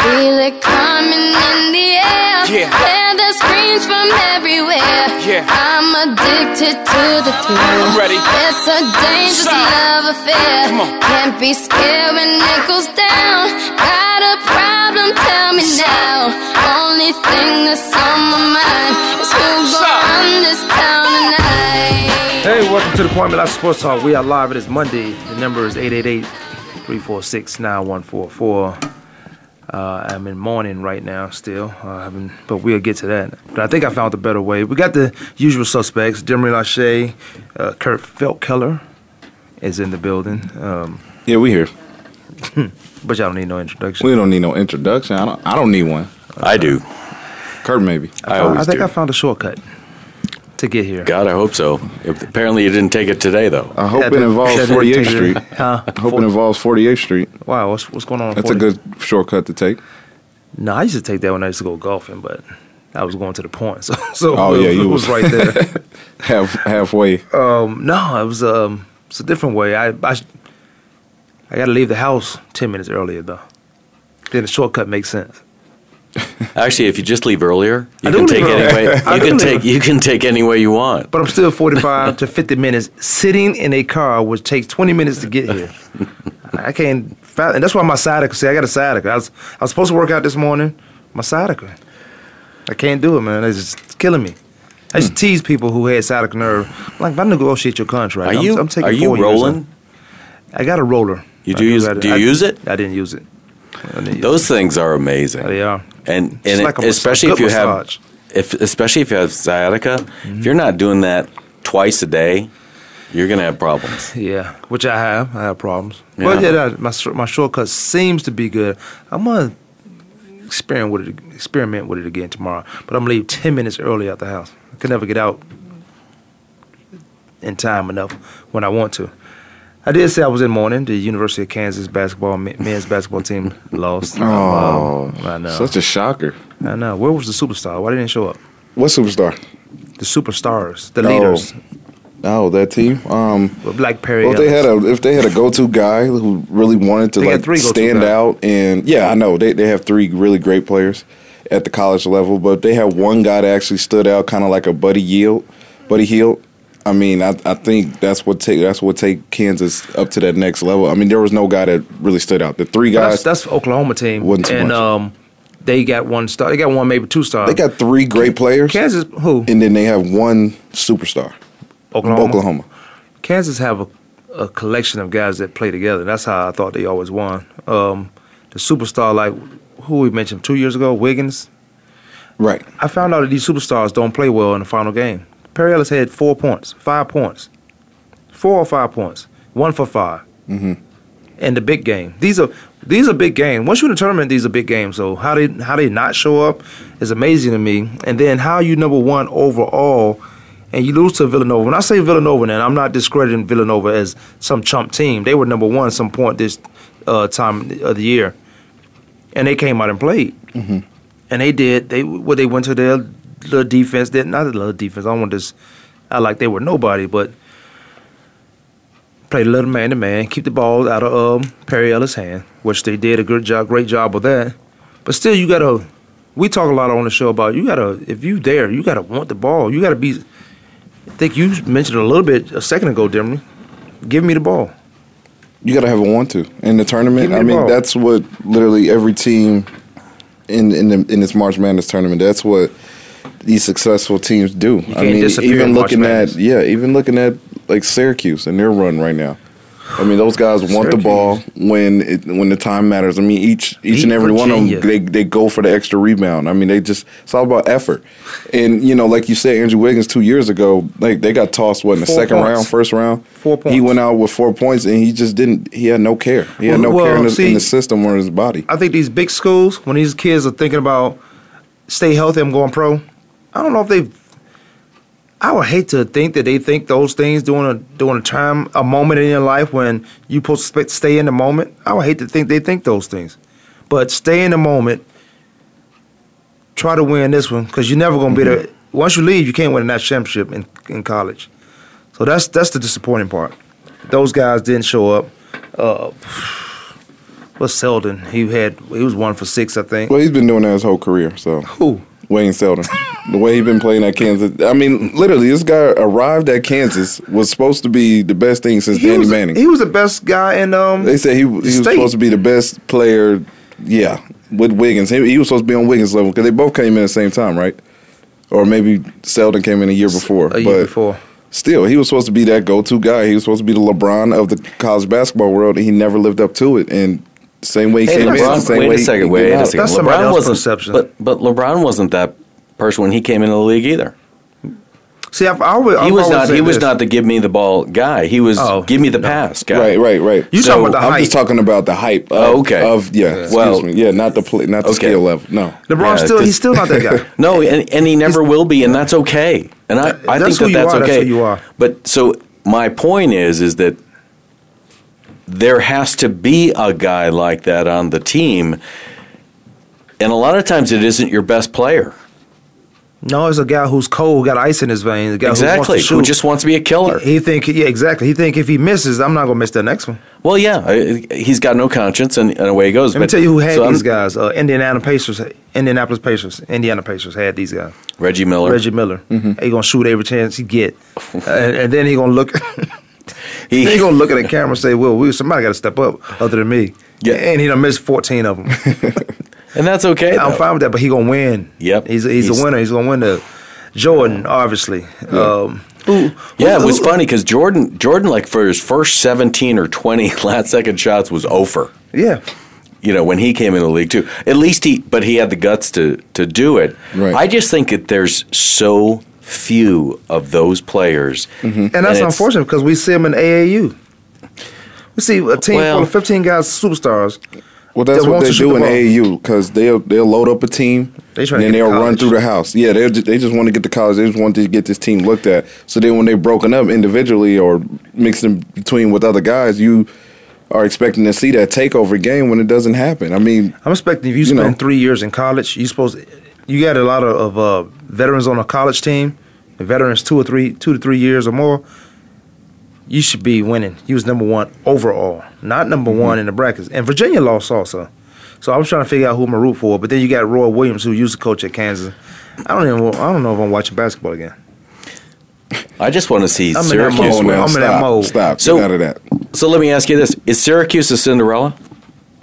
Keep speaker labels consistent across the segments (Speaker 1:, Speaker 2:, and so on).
Speaker 1: feel it coming in the air.
Speaker 2: Yeah.
Speaker 1: Hear the screams from everywhere.
Speaker 2: Yeah.
Speaker 1: I'm addicted to the thrill.
Speaker 2: I'm ready.
Speaker 1: It's a dangerous
Speaker 2: Side.
Speaker 1: love affair.
Speaker 2: Come on.
Speaker 1: Can't be scared when it goes down. Got a problem? Tell me now. Only thing that's on my mind is who's gonna
Speaker 2: Side.
Speaker 1: run this town tonight.
Speaker 3: Hey, welcome to the Kwame Lasseter Sports Talk. We are live. It is Monday. The number is 888-346-9144. Uh, I'm in mourning right now still, uh, I haven't- but we'll get to that. But I think I found the better way. We got the usual suspects. Demery Lachey, uh, Kurt Feltkeller is in the building, um,
Speaker 4: Yeah, we here.
Speaker 3: but y'all don't need no introduction.
Speaker 4: We don't need no introduction. I don't. I don't need one.
Speaker 5: I do.
Speaker 4: Kurt, maybe.
Speaker 5: I
Speaker 3: Uh,
Speaker 5: always
Speaker 3: I think
Speaker 5: do.
Speaker 3: I found a shortcut to get here.
Speaker 5: God, I hope so. If- apparently, you didn't take it today, though.
Speaker 4: I hope
Speaker 3: That
Speaker 4: it
Speaker 3: didn't-
Speaker 4: involves
Speaker 3: that didn't take
Speaker 4: 48th
Speaker 3: it.
Speaker 4: Street.
Speaker 3: Huh?
Speaker 4: I hope it involves 48th Street.
Speaker 3: Wow, what's, what's going on? on
Speaker 4: That's
Speaker 3: 40?
Speaker 4: a good shortcut to take.
Speaker 3: No, I used to take that when I used to go golfing, but I was going to the point, so so
Speaker 4: Oh,
Speaker 3: it,
Speaker 4: yeah,
Speaker 3: was-
Speaker 4: you
Speaker 3: it was
Speaker 4: was-
Speaker 3: right there.
Speaker 4: Half halfway.
Speaker 3: um, no, it was um, it's a different way. I I, sh- I got to leave the house ten minutes earlier though. Then the shortcut makes sense.
Speaker 5: Actually, if you just leave earlier, you
Speaker 3: I
Speaker 5: can
Speaker 3: do leave
Speaker 5: take
Speaker 3: early.
Speaker 5: any way
Speaker 3: I
Speaker 5: you
Speaker 3: do
Speaker 5: can
Speaker 3: leave
Speaker 5: take
Speaker 3: early.
Speaker 5: you can take any way you want.
Speaker 3: But I'm still 45 to 50 minutes sitting in a car, which takes 20 minutes to get here. I can't, fa- and that's why my sciatica. See, I got a sciatica. I was I was supposed to work out this morning. My sciatica. I can't do it, man. It's just killing me.
Speaker 5: Hmm.
Speaker 3: I used to tease people who had sciatic nerve. I'm like, if I negotiate your contract,
Speaker 5: Are
Speaker 3: I'm-
Speaker 5: you
Speaker 3: I'm taking
Speaker 5: are you
Speaker 3: four years
Speaker 5: rolling?
Speaker 3: off. I got a roller.
Speaker 5: You
Speaker 3: I
Speaker 5: do use-
Speaker 3: got
Speaker 5: do you use it?
Speaker 3: I didn't use it. Oh, I didn't use
Speaker 5: Those things are amazing.
Speaker 3: it. They are.
Speaker 5: and
Speaker 3: It's
Speaker 5: and
Speaker 3: like a mas-
Speaker 5: especially
Speaker 3: a
Speaker 5: if you
Speaker 3: good massage. Mm-hmm.
Speaker 5: have if especially if you have sciatica, if you're not doing that twice a day, you're gonna have problems.
Speaker 3: Yeah, which I have. I have problems.
Speaker 5: Yeah.
Speaker 3: But yeah, that, my sh- my shortcut seems to be good. I'm gonna experiment with it. Experiment with it again tomorrow. But I'm gonna leave ten minutes early out the house. I can never get out in time enough when I want to. I did say I was in mourning. The University of Kansas basketball men- men's basketball team lost.
Speaker 4: Oh,
Speaker 3: Um, I know.
Speaker 4: such a shocker.
Speaker 3: I know. Where was the superstar? Why didn't he show up?
Speaker 4: What superstar?
Speaker 3: The superstars, the
Speaker 4: Oh.
Speaker 3: leaders,
Speaker 4: Oh, that team. Um,
Speaker 3: with Black Perry.
Speaker 4: well, if they
Speaker 3: Ellis.
Speaker 4: had a if they had a go to guy who really wanted to
Speaker 3: They got
Speaker 4: like
Speaker 3: three go-to
Speaker 4: stand
Speaker 3: guys.
Speaker 4: out, and yeah, I know they they have three really great players at the college level, but if they have one guy that actually stood out, kind of like a Buddy Yield, Buddy Hield. I mean, I, I think that's what take that's what take Kansas up to that next level. I mean, there was no guy that really stood out. The three
Speaker 3: But
Speaker 4: guys,
Speaker 3: That's, that's Oklahoma team.
Speaker 4: Wasn't too
Speaker 3: and
Speaker 4: much.
Speaker 3: um, they got one star. They got one, maybe two stars.
Speaker 4: they got three great players,
Speaker 3: Kansas. Who?
Speaker 4: and then they have one superstar,
Speaker 3: Oklahoma.
Speaker 4: Oklahoma.
Speaker 3: Kansas have a, a collection of guys that play together. That's how I thought they always won. Um, the superstar, like who we mentioned two years ago, Wiggins.
Speaker 4: Right.
Speaker 3: I found out that these superstars don't play well in the final game. Perry Ellis had four points, five points, four or five points, one for 5 Mm-hmm. And the big game. These are these are big games. Once you determine these are big games, so how they how they not show up is amazing to me. And then how you number one overall, and you lose to Villanova. When I say Villanova, now I'm not discrediting Villanova as some chump team. They were number one at some point this uh, time of the year, and they came out and played and they did. They well, they went to their little defense. Did not a little defense. I don't want to. s- I like they were nobody, but play little man to man. Keep the ball out of um, Perry Ellis' hand, which they did a good job, great job with that. But still, you gotta. We talk a lot on the show about you gotta. If you there, you gotta want the ball. You gotta be. I think you mentioned a little bit a second ago, Dimmy. Give me the ball.
Speaker 4: You gotta have a want to in the
Speaker 3: Give
Speaker 4: tournament.
Speaker 3: me
Speaker 4: I
Speaker 3: the
Speaker 4: mean,
Speaker 3: ball.
Speaker 4: that's what literally every team in in the, in this March Madness tournament. That's what these successful teams do. I
Speaker 3: can't
Speaker 4: mean,
Speaker 3: disappear in
Speaker 4: even
Speaker 3: March
Speaker 4: looking
Speaker 3: Madness.
Speaker 4: at yeah, even looking at like Syracuse and their run right now. I mean, those guys want the
Speaker 3: Syracuse.
Speaker 4: ball when it, when the time matters. I mean, each each
Speaker 3: Beat
Speaker 4: and every one
Speaker 3: Virginia.
Speaker 4: of them, they they go for the extra rebound. I mean, they just it's all about effort. And you know, like you said, Andrew Wiggins two years ago, like they got tossed what in the
Speaker 3: Four
Speaker 4: second
Speaker 3: points.
Speaker 4: round, first round.
Speaker 3: Four
Speaker 4: He
Speaker 3: points.
Speaker 4: went out with four points, and he just didn't. He had no care. He had
Speaker 3: Well,
Speaker 4: no care in
Speaker 3: well,
Speaker 4: his,
Speaker 3: see-
Speaker 4: in his system or his body.
Speaker 3: I think these big schools, when these kids are thinking about stay healthy, I'm going pro. I don't know if they. I would hate to think that they think those things during a during a time, a moment in your life when you supposed to sp- stay in the moment. I would hate to think they think those things, but stay in the moment. Try to win this one because you're never gonna be there.
Speaker 5: Mm-hmm.
Speaker 3: Once you leave, you can't win that championship in, in college. So that's that's the disappointing part. Those guys didn't show up. Uh, But Seldon, he had he was one for six, I think.
Speaker 4: Well, he's been doing that his whole career. So
Speaker 3: Who?
Speaker 4: Wayne Selden, the way he's been playing at Kansas. I mean, literally, this guy arrived at Kansas was supposed to be the best thing since
Speaker 3: He
Speaker 4: Danny
Speaker 3: was,
Speaker 4: Manning.
Speaker 3: he was the best guy in um.
Speaker 4: They said he, he was
Speaker 3: State.
Speaker 4: supposed to be the best player. Yeah, with Wiggins, he, he was supposed to be on Wiggins' level because they both came in at the same time, right? Or maybe Seldon came in a year before.
Speaker 3: a year
Speaker 4: but
Speaker 3: before.
Speaker 4: Still, he was supposed to be that go-to guy. He was supposed to be the LeBron of the college basketball world, and he never lived up to it. And same way he
Speaker 5: Hey,
Speaker 4: came in,
Speaker 5: LeBron-
Speaker 4: the same
Speaker 5: wait
Speaker 4: way
Speaker 5: a
Speaker 4: he-
Speaker 5: second.
Speaker 4: he
Speaker 5: Wait
Speaker 4: came
Speaker 5: a
Speaker 4: out.
Speaker 5: second.
Speaker 3: That's somebody
Speaker 5: LeBron
Speaker 3: else's
Speaker 5: wasn't.
Speaker 3: perception.
Speaker 5: But but LeBron wasn't that person when he came into the league either.
Speaker 3: See, I, I would.
Speaker 5: He was not. He was
Speaker 3: this.
Speaker 5: not the give me the ball guy. He was
Speaker 3: Oh,
Speaker 5: give me the pass guy.
Speaker 4: Right, right, right.
Speaker 3: You
Speaker 5: So,
Speaker 3: talking about the
Speaker 4: I'm
Speaker 3: height?
Speaker 4: just talking about the hype. Of,
Speaker 5: Oh, okay.
Speaker 4: Of yeah, excuse
Speaker 5: Well-
Speaker 4: me. Yeah, not the play, not the
Speaker 5: Okay.
Speaker 4: skill level. No.
Speaker 3: LeBron
Speaker 5: Yeah,
Speaker 3: still.
Speaker 5: 'cause-
Speaker 3: He's still not that guy.
Speaker 5: No, and, and he never will be, and that's okay. And I, I think
Speaker 3: That's who
Speaker 5: that
Speaker 3: you
Speaker 5: that's
Speaker 3: are,
Speaker 5: okay.
Speaker 3: that's who you are.
Speaker 5: But so my point is, is that there has to be a guy like that on the team, and a lot of times it isn't your best player.
Speaker 3: no, it's a guy who's cold, got ice in his veins. A guy
Speaker 5: Exactly. Who
Speaker 3: Who, wants to shoot.
Speaker 5: just wants to be a killer.
Speaker 3: He think. Yeah, exactly. He think if he misses, I'm not gonna miss the next one.
Speaker 5: Well, yeah, I- he's got no conscience, and, and away he goes.
Speaker 3: Let me tell you who had these guys. Uh, Indiana Pacers, Indianapolis Pacers, Indiana Pacers had these guys.
Speaker 5: Reggie Miller.
Speaker 3: Reggie Miller.
Speaker 5: Mm-hmm.
Speaker 3: He gonna shoot every chance he get, and, and then he gonna look.
Speaker 5: He-
Speaker 3: he gonna look at the camera and say, "Well, we somebody got to step up, other than me."
Speaker 5: Yeah.
Speaker 3: and he done missed 14 of them.
Speaker 5: and that's okay.
Speaker 3: I'm
Speaker 5: though.
Speaker 3: fine with that, but he gonna win.
Speaker 5: Yep.
Speaker 3: he's he's,
Speaker 5: He's-
Speaker 3: a winner. He's gonna win the Jordan, obviously. Um, who, who-
Speaker 5: Yeah, it was
Speaker 3: who-
Speaker 5: funny because Jordan, Jordan, like for his first seventeen or twenty last second shots was over.
Speaker 3: Yeah,
Speaker 5: You know, when he came in the league too. At least he, but he had the guts to to do it.
Speaker 4: Right.
Speaker 5: I just think that there's so few of those players,
Speaker 3: Mm-hmm. and that's
Speaker 5: it's-
Speaker 3: unfortunate because we see him in AAU. We see a team
Speaker 5: Well-
Speaker 3: full of 15 guys, superstars.
Speaker 4: Well, that's
Speaker 3: They
Speaker 4: what
Speaker 3: want
Speaker 4: they
Speaker 3: to shoot
Speaker 4: do
Speaker 3: the
Speaker 4: in
Speaker 3: ball.
Speaker 4: AAU because they'll they'll load up a team
Speaker 3: They trying to get
Speaker 4: and then
Speaker 3: to
Speaker 4: they'll run
Speaker 3: college.
Speaker 4: through the house. Yeah, they they just want to get to college. They just want to get this team looked at. So then when they're broken up individually or mixed in between with other guys, you are expecting to see that takeover game when it doesn't happen. I mean,
Speaker 3: I'm expecting if you,
Speaker 4: You
Speaker 3: spend
Speaker 4: know.
Speaker 3: three years in college, you supposed you got a lot of, of uh, veterans on a college team, and veterans two or three, two to three years or more. You should be winning. You was number one overall, not number
Speaker 4: Mm-hmm.
Speaker 3: one in the brackets. And Virginia lost also, so I was trying to figure out who I'm gonna root for. But then you got Roy Williams, who used to coach at Kansas. I don't even. I don't know if I'm watching basketball again.
Speaker 5: I just want to see
Speaker 3: I'm in that
Speaker 5: Syracuse.
Speaker 3: mode.
Speaker 5: win.
Speaker 3: I'm in that
Speaker 4: stop,
Speaker 3: mode.
Speaker 4: stop,
Speaker 5: So-
Speaker 4: get out of that.
Speaker 5: So let me ask you this: Is Syracuse a Cinderella?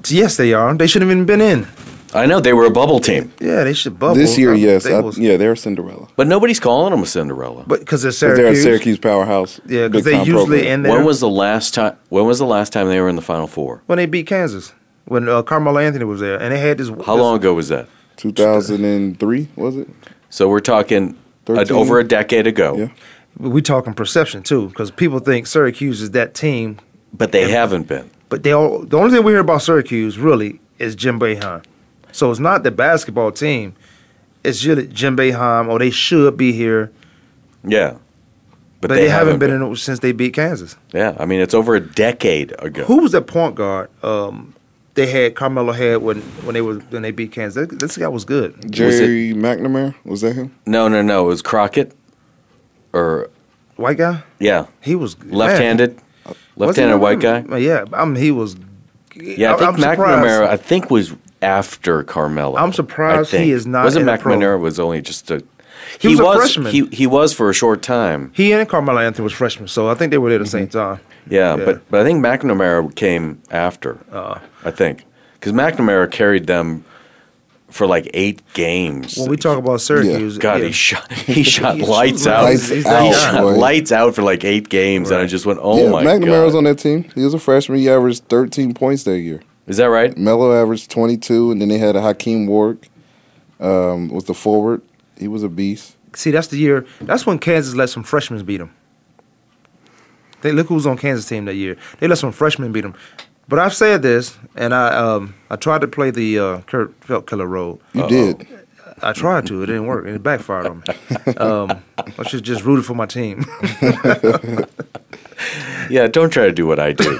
Speaker 3: Yes, they are. They shouldn't have even been in.
Speaker 5: I know they were a bubble team,
Speaker 3: Yeah, they should bubble.
Speaker 4: This year,
Speaker 3: I-
Speaker 4: yes,
Speaker 3: they
Speaker 4: I,
Speaker 3: was-
Speaker 4: yeah, they're Cinderella.
Speaker 5: but nobody's calling them a Cinderella.
Speaker 3: but because they're
Speaker 4: Because
Speaker 3: Syracuse.
Speaker 4: they're a Syracuse powerhouse.
Speaker 3: Yeah, because
Speaker 4: big
Speaker 3: they
Speaker 4: time
Speaker 3: usually
Speaker 4: program.
Speaker 3: end there.
Speaker 5: When was the last time? When was the last time they were in the Final Four?
Speaker 3: when they beat Kansas when uh, Carmelo Anthony was there, and they had this.
Speaker 5: How
Speaker 3: this-
Speaker 5: long ago was that?
Speaker 4: 2003 was it?
Speaker 5: So we're talking a,
Speaker 4: 13.
Speaker 5: over a decade ago.
Speaker 4: Yeah.
Speaker 3: We talking perception too, because people think Syracuse is that team,
Speaker 5: But they haven't been.
Speaker 3: but they all. The only thing we hear about Syracuse really is Jim Boeheim. So it's not the basketball team; it's really Jim Boeheim, or they should be here,
Speaker 5: Yeah.
Speaker 3: but, they, haven't been, in it since they beat Kansas.
Speaker 5: Yeah. I mean, it's over a decade ago.
Speaker 3: Who was that point guard? Um, they had Carmelo had when when they was when they beat Kansas. That- This guy was good.
Speaker 4: Jerry McNamara was that him?
Speaker 5: No, no, no. It was Crockett or,
Speaker 3: White guy.
Speaker 5: yeah,
Speaker 3: He was man.
Speaker 5: left handed. Left handed
Speaker 3: Wasn't
Speaker 5: white guy.
Speaker 3: he- Yeah, I mean he was.
Speaker 5: Yeah, I think
Speaker 3: I'm surprised.
Speaker 5: McNamara, I think, was after Carmelo.
Speaker 3: I'm surprised
Speaker 5: I think.
Speaker 3: he is not
Speaker 5: Wasn't
Speaker 3: in a pro.
Speaker 5: McNamara was only just a.
Speaker 3: He was a freshman.
Speaker 5: He, he was for a short time.
Speaker 3: He and Carmelo Anthony was freshmen, so I think they were there at the same
Speaker 5: Mm-hmm.
Speaker 3: time.
Speaker 5: Yeah,
Speaker 3: Yeah. Uh.
Speaker 5: But, but I think McNamara came after. I think. Because McNamara carried them for like eight games.
Speaker 3: When we talk about Syracuse,
Speaker 5: God,
Speaker 3: yeah.
Speaker 5: he shot he shot
Speaker 3: He's
Speaker 5: lights
Speaker 3: shooting
Speaker 5: out.
Speaker 3: lights
Speaker 5: he
Speaker 3: He's out,
Speaker 5: shot
Speaker 4: boy.
Speaker 5: lights out for like eight games, and I
Speaker 3: Right.
Speaker 5: just went, "Oh
Speaker 4: yeah,
Speaker 5: my
Speaker 4: McNamara
Speaker 5: god!"
Speaker 4: was on that team. He was a freshman. He averaged 13 points that year.
Speaker 5: Is that right?
Speaker 4: Melo averaged 22, and then they had a Hakeem Warwick. Um, was the forward? He was a beast.
Speaker 3: see, that's the year. That's when Kansas let some freshmen beat them. They look who was on Kansas team that year. They let some freshmen beat them. But I've said this, and I um, I tried to play the uh, Kurt Feltkiller role.
Speaker 4: You did.
Speaker 3: I tried to. It didn't work. and It backfired on me. Um, I should just rooted for my team.
Speaker 5: Yeah. Don't try to do what I do.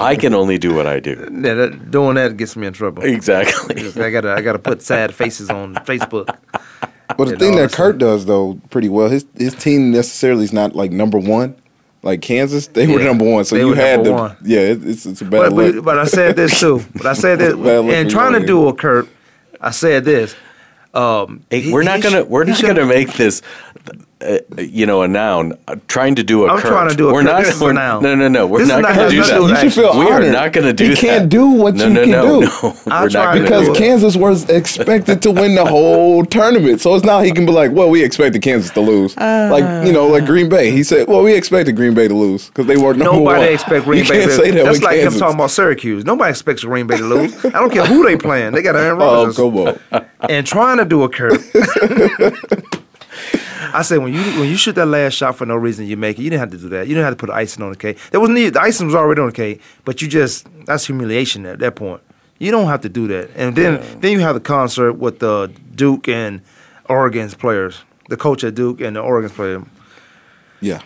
Speaker 5: I can only do what I do.
Speaker 3: yeah, that, doing that gets me in trouble.
Speaker 5: Exactly.
Speaker 3: I gotta I gotta put sad faces on Facebook.
Speaker 4: But the
Speaker 3: Yeah,
Speaker 4: thing
Speaker 3: no,
Speaker 4: that
Speaker 3: that's
Speaker 4: Kurt does though pretty well, his his team necessarily is not like number one. like Kansas, they were
Speaker 3: Yeah.
Speaker 4: number one. So
Speaker 3: They
Speaker 4: you
Speaker 3: were
Speaker 4: had
Speaker 3: number
Speaker 4: to,
Speaker 3: one.
Speaker 4: yeah, it, it's it's a bad
Speaker 3: But,
Speaker 4: look.
Speaker 3: but, but I said this too. But I said this
Speaker 4: Bad luck
Speaker 3: in
Speaker 4: we
Speaker 3: trying to
Speaker 4: got here.
Speaker 3: do a Kurt. I said this. Um,
Speaker 5: Hey,
Speaker 3: he-
Speaker 5: we're
Speaker 3: he
Speaker 5: not
Speaker 3: sh-
Speaker 5: gonna we're
Speaker 3: he
Speaker 5: not
Speaker 3: should-
Speaker 5: gonna make this, uh, you know, a noun. Uh, trying to do a.
Speaker 3: I'm
Speaker 5: Kurt.
Speaker 3: trying to do a
Speaker 5: we're
Speaker 3: Kurt.
Speaker 5: Not,
Speaker 3: This is a
Speaker 5: we're-
Speaker 3: noun.
Speaker 5: No, no, no. We're
Speaker 3: This is
Speaker 5: not
Speaker 3: not-
Speaker 5: gonna
Speaker 3: has
Speaker 5: do
Speaker 3: nothing to
Speaker 5: that.
Speaker 3: do with
Speaker 4: you should feel
Speaker 5: we
Speaker 4: honored.
Speaker 5: are not gonna do
Speaker 4: you
Speaker 5: that.
Speaker 4: can't do what
Speaker 5: no,
Speaker 4: you
Speaker 5: no,
Speaker 4: can
Speaker 5: no,
Speaker 4: do.
Speaker 5: No,
Speaker 3: I'll
Speaker 5: we're not
Speaker 3: try to
Speaker 5: gonna
Speaker 4: Because
Speaker 5: do it.
Speaker 4: Kansas was expected to win the whole tournament, so it's not he can be like, "Well, we expected Kansas to lose." like you know, like Green Bay. He said, "Well, we expected Green Bay to lose because they were number one."
Speaker 3: Nobody expects Green
Speaker 4: you
Speaker 3: Bay.
Speaker 4: Can't
Speaker 3: to,
Speaker 4: say that
Speaker 3: that's
Speaker 4: with
Speaker 3: like
Speaker 4: Kansas.
Speaker 3: him talking about Syracuse. Nobody expects Green Bay to lose. I don't care who they playing. They got Aaron
Speaker 4: Oh,
Speaker 3: Rodgers.
Speaker 4: come on.
Speaker 3: and trying to do a curve. I said when you when you shoot that last shot for no reason you make it you didn't have to do that you didn't have to put icing on the cake there was need the icing was already on the cake but you just that's humiliation at that point you don't have to do that and then then you have the concert with the Duke and Oregon's players the coach at Duke and the Oregon's player
Speaker 4: Yeah.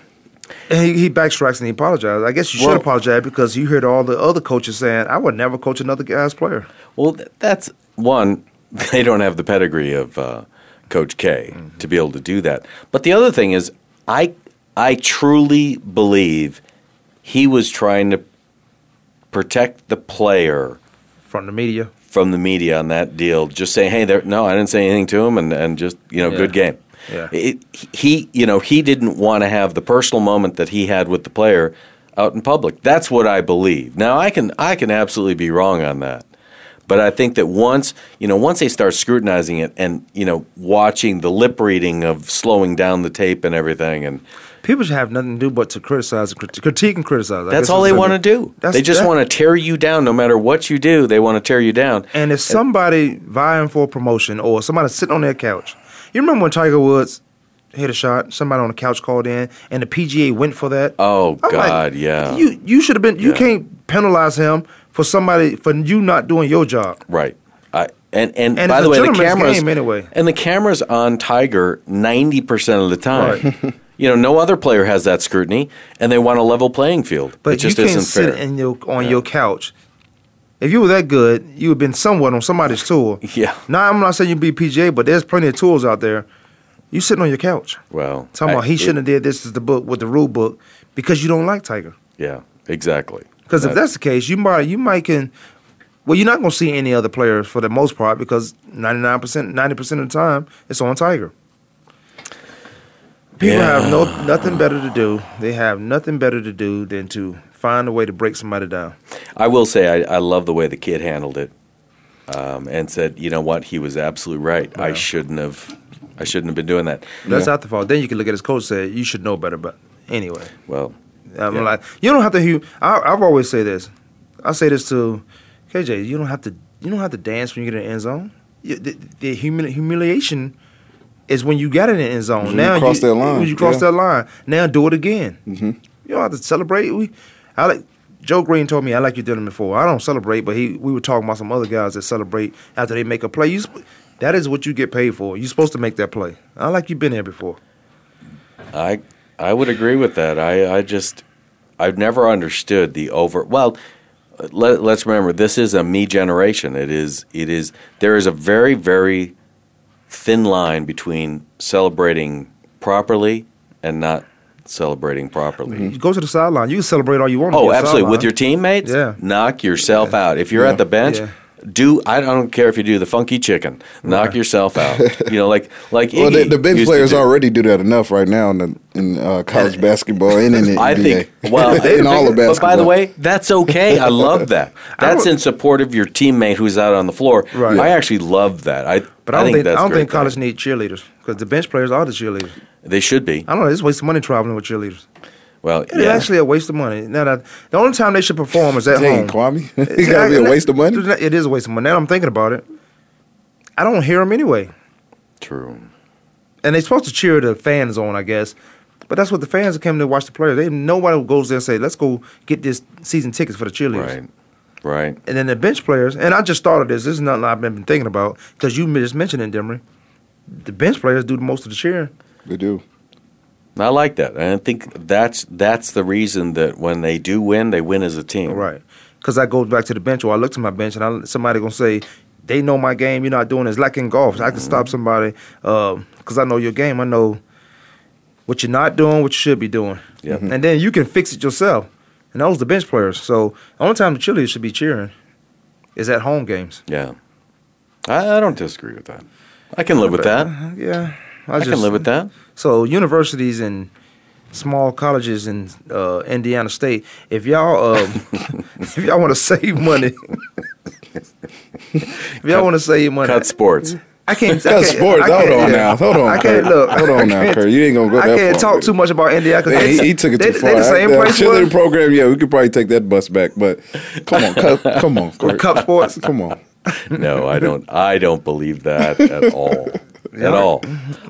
Speaker 3: and he, he backtracks and he apologized I guess you should
Speaker 5: Well-
Speaker 3: apologize because you heard all the other coaches saying I would never coach another guy's player
Speaker 5: Well, th- that's one. They don't have the pedigree of uh, Coach K
Speaker 3: Mm-hmm.
Speaker 5: to be able to do that. But the other thing is, I I truly believe he was trying to protect the player
Speaker 3: from the media
Speaker 5: from the media on that deal. Just saying, hey, there. No, I didn't say anything to him, and and just you know,
Speaker 3: Yeah.
Speaker 5: good game.
Speaker 3: Yeah.
Speaker 5: It, he, you know, he didn't want to have the personal moment that he had with the player out in public. That's what I believe. Now, I can I can absolutely be wrong on that, but I think that once you know, once they start scrutinizing it and you know, watching the lip reading of slowing down the tape and everything, and
Speaker 3: People should have nothing to do but to criticize, and crit- critique, and criticize. I
Speaker 5: that's
Speaker 3: guess
Speaker 5: all
Speaker 3: is
Speaker 5: they
Speaker 3: the-
Speaker 5: want to do.
Speaker 3: That's-
Speaker 5: They just
Speaker 3: that-
Speaker 5: want to tear you down, no matter what you do. They want to tear you down.
Speaker 3: And if somebody vying for a promotion or somebody sitting on their couch, you remember when Tiger Woods hit a shot, somebody on the couch called in, and the PGA went for that.
Speaker 5: Oh,
Speaker 3: I'm like,
Speaker 5: God, yeah.
Speaker 3: You you should have been. You
Speaker 5: Yeah.
Speaker 3: can't penalize him for somebody for you not doing your job.
Speaker 5: Right. I and and,
Speaker 3: And
Speaker 5: by
Speaker 3: it's
Speaker 5: the
Speaker 3: a
Speaker 5: way, the
Speaker 3: gentleman's
Speaker 5: cameras
Speaker 3: game anyway.
Speaker 5: and the cameras on Tiger ninety percent of the time. you know, no other player has that scrutiny, and they want a level playing field.
Speaker 3: But
Speaker 5: it just
Speaker 3: you can't
Speaker 5: isn't
Speaker 3: sit
Speaker 5: fair.
Speaker 3: in your, on your couch. If you were that good, you would have been somewhat on somebody's tour.
Speaker 5: Yeah.
Speaker 3: Now I'm not saying you be PGA, but there's plenty of tools out there. You sitting on your couch.
Speaker 5: well,
Speaker 3: Talking about
Speaker 5: I-
Speaker 3: he
Speaker 5: it-
Speaker 3: shouldn't have did this is the book with the rule book because you don't like Tiger.
Speaker 5: Yeah, exactly.
Speaker 3: Because if
Speaker 5: That-
Speaker 3: that's the case, you might you might can well you're not gonna see any other players for the most part because ninety nine percent ninety percent of the time it's on Tiger. People
Speaker 5: Yeah.
Speaker 3: have no nothing better to do. They have nothing better to do than to find a way to break somebody down.
Speaker 5: I will say I, I love the way the kid handled it, um, and said, you know what, he was absolutely right. I shouldn't have. I shouldn't have been doing that.
Speaker 3: That's not the fault. Then you can look at his coach and say, You should know better, but anyway.
Speaker 5: Well,
Speaker 3: I'm
Speaker 5: Yeah.
Speaker 3: like, you don't have to. hu- I, I've always say this. I say this to KJ. You don't have to. You don't have to dance when you get in the end zone. You, the the humili- humiliation is when you got in the end zone.
Speaker 4: When you
Speaker 3: now
Speaker 4: cross that line,
Speaker 3: When you cross
Speaker 4: yeah. Mm-hmm.
Speaker 3: that line. Now do it again. You don't have to celebrate. We, I like. Joe Green told me I like you did it before. I don't celebrate, but he we were talking about some other guys that celebrate after they make a play. You, sp- that is what you get paid for. You're supposed to make that play. I like you've been here before.
Speaker 5: I I would agree with that. I, I just I've never understood the over. Well, let, let's remember this is a me generation. It is it is there is a very very thin line between celebrating properly and not celebrating properly.
Speaker 4: Mm-hmm.
Speaker 3: You go to the sideline. You can celebrate all you want. on
Speaker 5: Oh,
Speaker 3: your
Speaker 5: absolutely. With
Speaker 3: sideline.
Speaker 5: your teammates,
Speaker 3: Yeah.
Speaker 5: knock yourself out. If you're
Speaker 4: Yeah.
Speaker 5: at the bench,
Speaker 3: Yeah.
Speaker 5: do I don't care if you do the funky chicken. Knock yourself out. you know, like like
Speaker 4: Well, the,
Speaker 5: Iggy
Speaker 4: the bench
Speaker 5: used to
Speaker 4: players
Speaker 5: do.
Speaker 4: already do that enough right now in, the, in uh, college basketball and in the
Speaker 5: I
Speaker 4: NBA.
Speaker 5: think. Well,
Speaker 4: in all of basketball.
Speaker 5: But by the way, that's okay. I love that. That's
Speaker 3: don't-
Speaker 5: in support of your teammate who's out on the floor.
Speaker 3: Right.
Speaker 5: I actually love that. I.
Speaker 3: But I don't
Speaker 5: think,
Speaker 3: think,
Speaker 5: that's
Speaker 3: I don't
Speaker 5: great
Speaker 3: think college
Speaker 5: thing.
Speaker 3: need cheerleaders because the bench players are the cheerleaders.
Speaker 5: They should be.
Speaker 3: I don't know. It's a waste of money traveling with cheerleaders.
Speaker 5: Well,
Speaker 3: It's
Speaker 5: yeah.
Speaker 3: actually a waste of money. Now that the only time they should perform is at home.
Speaker 4: Dang, Kwame, it's gotta be a waste of money.
Speaker 3: It is a waste of money. Now I'm thinking about it. I don't hear them anyway,
Speaker 5: true.
Speaker 3: and they're supposed to cheer the fans on, I guess. But that's what the fans came to watch the players. They nobody goes there and say, "Let's go get this season tickets for the cheerleaders."
Speaker 5: Right. Right.
Speaker 3: And then the bench players, and I just started this. This is nothing I've been thinking about because you just mentioned it, Demery. The bench players do most of the cheering.
Speaker 4: they do.
Speaker 5: I like that, and I think that's that's the reason that when they do win, they win as a team.
Speaker 3: Right. Because I go back to the bench or I look to my bench and I, somebody going to say, they know my game.
Speaker 5: Mm-hmm.
Speaker 3: um, You're not doing this. Like in golf, I can stop somebody because I know your game. I know what you're not doing, what you should be doing.
Speaker 5: Yep.
Speaker 3: And then you can fix it yourself. And those the bench players. So the only time the cheerleaders should be cheering is at home games.
Speaker 5: Yeah. I, I don't disagree with that. I can live with that. I,
Speaker 3: Yeah.
Speaker 5: can live with that.
Speaker 3: So universities and small colleges in uh, Indiana State, if y'all um, if y'all want to save money, if y'all want to save money,
Speaker 5: Cut sports.
Speaker 3: I can't. I can't-
Speaker 4: That's sports.
Speaker 3: I
Speaker 4: Hold
Speaker 3: can't-
Speaker 4: on
Speaker 3: yeah.
Speaker 4: now. Hold on.
Speaker 3: I can't
Speaker 4: Kurt.
Speaker 3: look.
Speaker 4: Hold on
Speaker 3: I
Speaker 4: now,
Speaker 3: can't-
Speaker 4: Kurt. You ain't gonna go
Speaker 3: I
Speaker 4: that
Speaker 3: can't
Speaker 4: far.
Speaker 3: talk too much about Indiana because
Speaker 4: Yeah, he, he took it
Speaker 3: they,
Speaker 4: too far.
Speaker 3: They the same
Speaker 4: the
Speaker 3: place.
Speaker 4: cheerleading
Speaker 3: was.
Speaker 4: program, yeah, we could probably take that bus back, but come on, cup, come on, Kurt.
Speaker 3: Cup sports.
Speaker 4: Come on.
Speaker 5: no, I don't. I don't believe that at all. At all.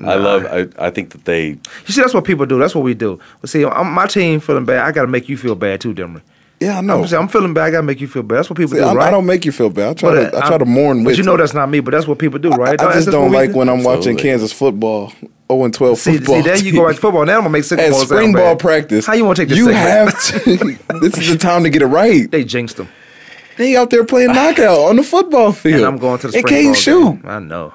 Speaker 5: I love. I, I think that they.
Speaker 3: You see, that's what people do. That's what we do. But see, I'm, my team feeling bad. I got to make you feel bad too, Demery.
Speaker 4: Yeah, I know.
Speaker 3: I'm, saying, I'm feeling bad. I got to make you feel bad. That's what people
Speaker 4: See,
Speaker 3: do,
Speaker 4: I,
Speaker 3: right?
Speaker 4: I don't make you feel bad. I try
Speaker 3: But, uh,
Speaker 4: to. I try to
Speaker 3: I'm-
Speaker 4: mourn
Speaker 3: But
Speaker 4: with
Speaker 3: you know that's not me. But that's what people do, right?
Speaker 4: I just don't like when I'm watching
Speaker 5: Absolutely.
Speaker 4: Kansas football 0 and 12
Speaker 3: See,
Speaker 4: football.
Speaker 3: see, there you go back to football. Now I'm gonna make six
Speaker 4: At
Speaker 3: balls
Speaker 4: spring
Speaker 3: sound
Speaker 4: ball
Speaker 3: bad.
Speaker 4: practice,
Speaker 3: How you want to take this?
Speaker 4: You
Speaker 3: segment?
Speaker 4: have to. this is the time to get it right.
Speaker 3: They jinxed them,
Speaker 4: They out there playing knockout on the football field.
Speaker 3: and I'm going to the
Speaker 4: They
Speaker 3: spring
Speaker 4: can't
Speaker 3: ball
Speaker 4: shoot.
Speaker 3: game. I know.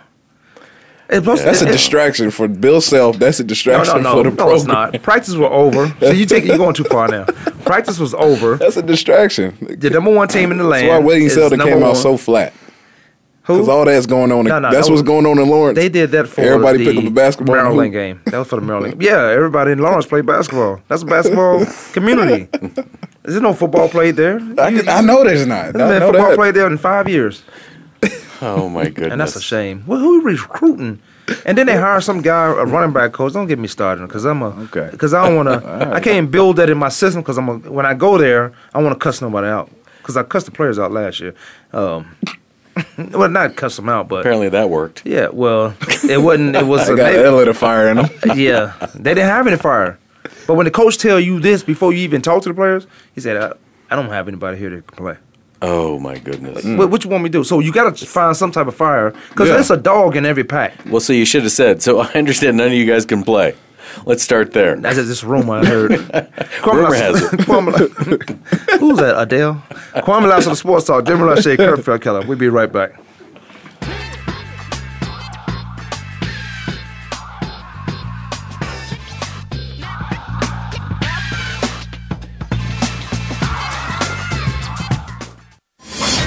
Speaker 3: And plus,
Speaker 4: That's a
Speaker 3: it- it-
Speaker 4: distraction for Bill Self. That's a
Speaker 3: No, no,
Speaker 4: distraction
Speaker 3: no,
Speaker 4: for the
Speaker 3: no,
Speaker 4: program.
Speaker 3: it's not. Practice was over. So you take you're going too far now. Practice was over.
Speaker 4: That's a distraction.
Speaker 3: The number one team in the
Speaker 4: That's
Speaker 3: land.
Speaker 4: why Wayne
Speaker 3: is
Speaker 4: Selton
Speaker 3: number
Speaker 4: came out
Speaker 3: one.
Speaker 4: so flat. Because
Speaker 3: Who?
Speaker 4: all that's going on.
Speaker 3: No, no,
Speaker 4: that's
Speaker 3: that
Speaker 4: what's
Speaker 3: was-
Speaker 4: going on in Lawrence.
Speaker 3: They did that for
Speaker 4: Everybody
Speaker 3: the
Speaker 4: pick up a basketball and
Speaker 3: Maryland
Speaker 4: hoop.
Speaker 3: game. That was for the Maryland. yeah, everybody in Lawrence played basketball. That's a basketball community. There's no football played there.
Speaker 4: I, can- I know there's not.
Speaker 3: There's
Speaker 4: I
Speaker 3: been
Speaker 4: know
Speaker 3: football
Speaker 4: that.
Speaker 3: played there in five years.
Speaker 5: Oh my goodness.
Speaker 3: And that's a shame. Well, who recruiting? And then they hire some guy, a running back coach. Don't get me started because I'm a
Speaker 4: Okay.
Speaker 3: because I don't want to. I can't build that in my system because I'm a, when I go there, I want to cuss nobody out because I cussed the players out last year. Um, well, not cuss them out, but
Speaker 5: Apparently that worked.
Speaker 3: yeah. Well, it wasn't. It was
Speaker 4: I
Speaker 3: a
Speaker 4: got
Speaker 3: they-
Speaker 4: that lit a fire in them.
Speaker 3: yeah. They didn't have any fire, but when the coach tell you this before you even talk to the players, he said, "I, I don't have anybody here to complain."
Speaker 5: Oh my goodness.
Speaker 3: What, what you want me to do? So you got to find some type of fire because
Speaker 4: Yeah.
Speaker 3: there's a dog in every pack.
Speaker 5: Well, so you should have said. So I understand none of you guys can play. Let's start there.
Speaker 3: That's just this rumor I heard. Kwame
Speaker 5: Rumor
Speaker 3: Lasseter-
Speaker 5: has it.
Speaker 3: Kwame La- Who's that? Adele. Kwame Lasseter, the sports talk. Jimmy Lachey, Kurt Felkeller. We'll be right back.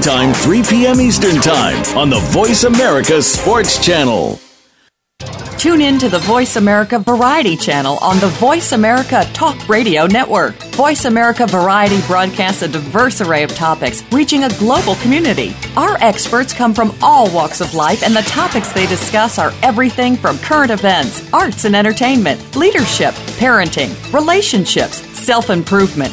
Speaker 6: Time, 3 p.m. Eastern Time on the Voice America Sports Channel.
Speaker 7: Tune in to the Voice America Variety channel on the Voice America Talk Radio Network. Voice America Variety broadcasts a diverse array of topics, reaching a global community. Our experts come from all walks of life, and the topics they discuss are everything from current events, arts and entertainment, leadership, parenting, relationships, self improvement,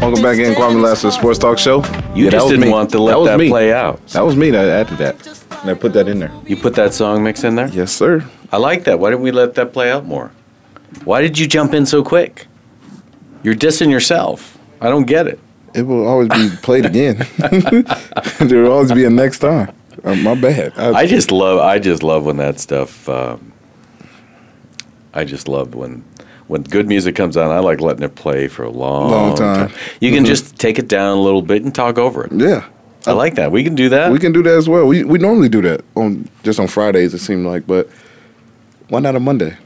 Speaker 4: Welcome back in Kwame Lasseter Sports Talk Show.
Speaker 5: You
Speaker 4: Yeah, that
Speaker 5: just
Speaker 4: was
Speaker 5: didn't
Speaker 4: me.
Speaker 5: want to let
Speaker 4: that, was
Speaker 5: that,
Speaker 4: me.
Speaker 5: play out.
Speaker 4: That was me that added that. And I put that in there.
Speaker 5: You put that song mix in there.
Speaker 4: Yes, sir.
Speaker 5: I like that. Why didn't we let that play out more? Why did you jump in so quick? You're dissing yourself. I don't get it.
Speaker 4: It will always be played again. there will always be a next time. Uh, my bad. I,
Speaker 5: I just love. I just love when that stuff. Um, I just love when when good music comes on. I like letting it play for a long,
Speaker 4: Long time. Mm-hmm.
Speaker 5: You can just take it down a little bit and talk over it.
Speaker 4: yeah.
Speaker 5: I like that. We can do that.
Speaker 4: Oh. We can do that as well. We we normally do that on just on Fridays. It seemed like, but why not a Monday?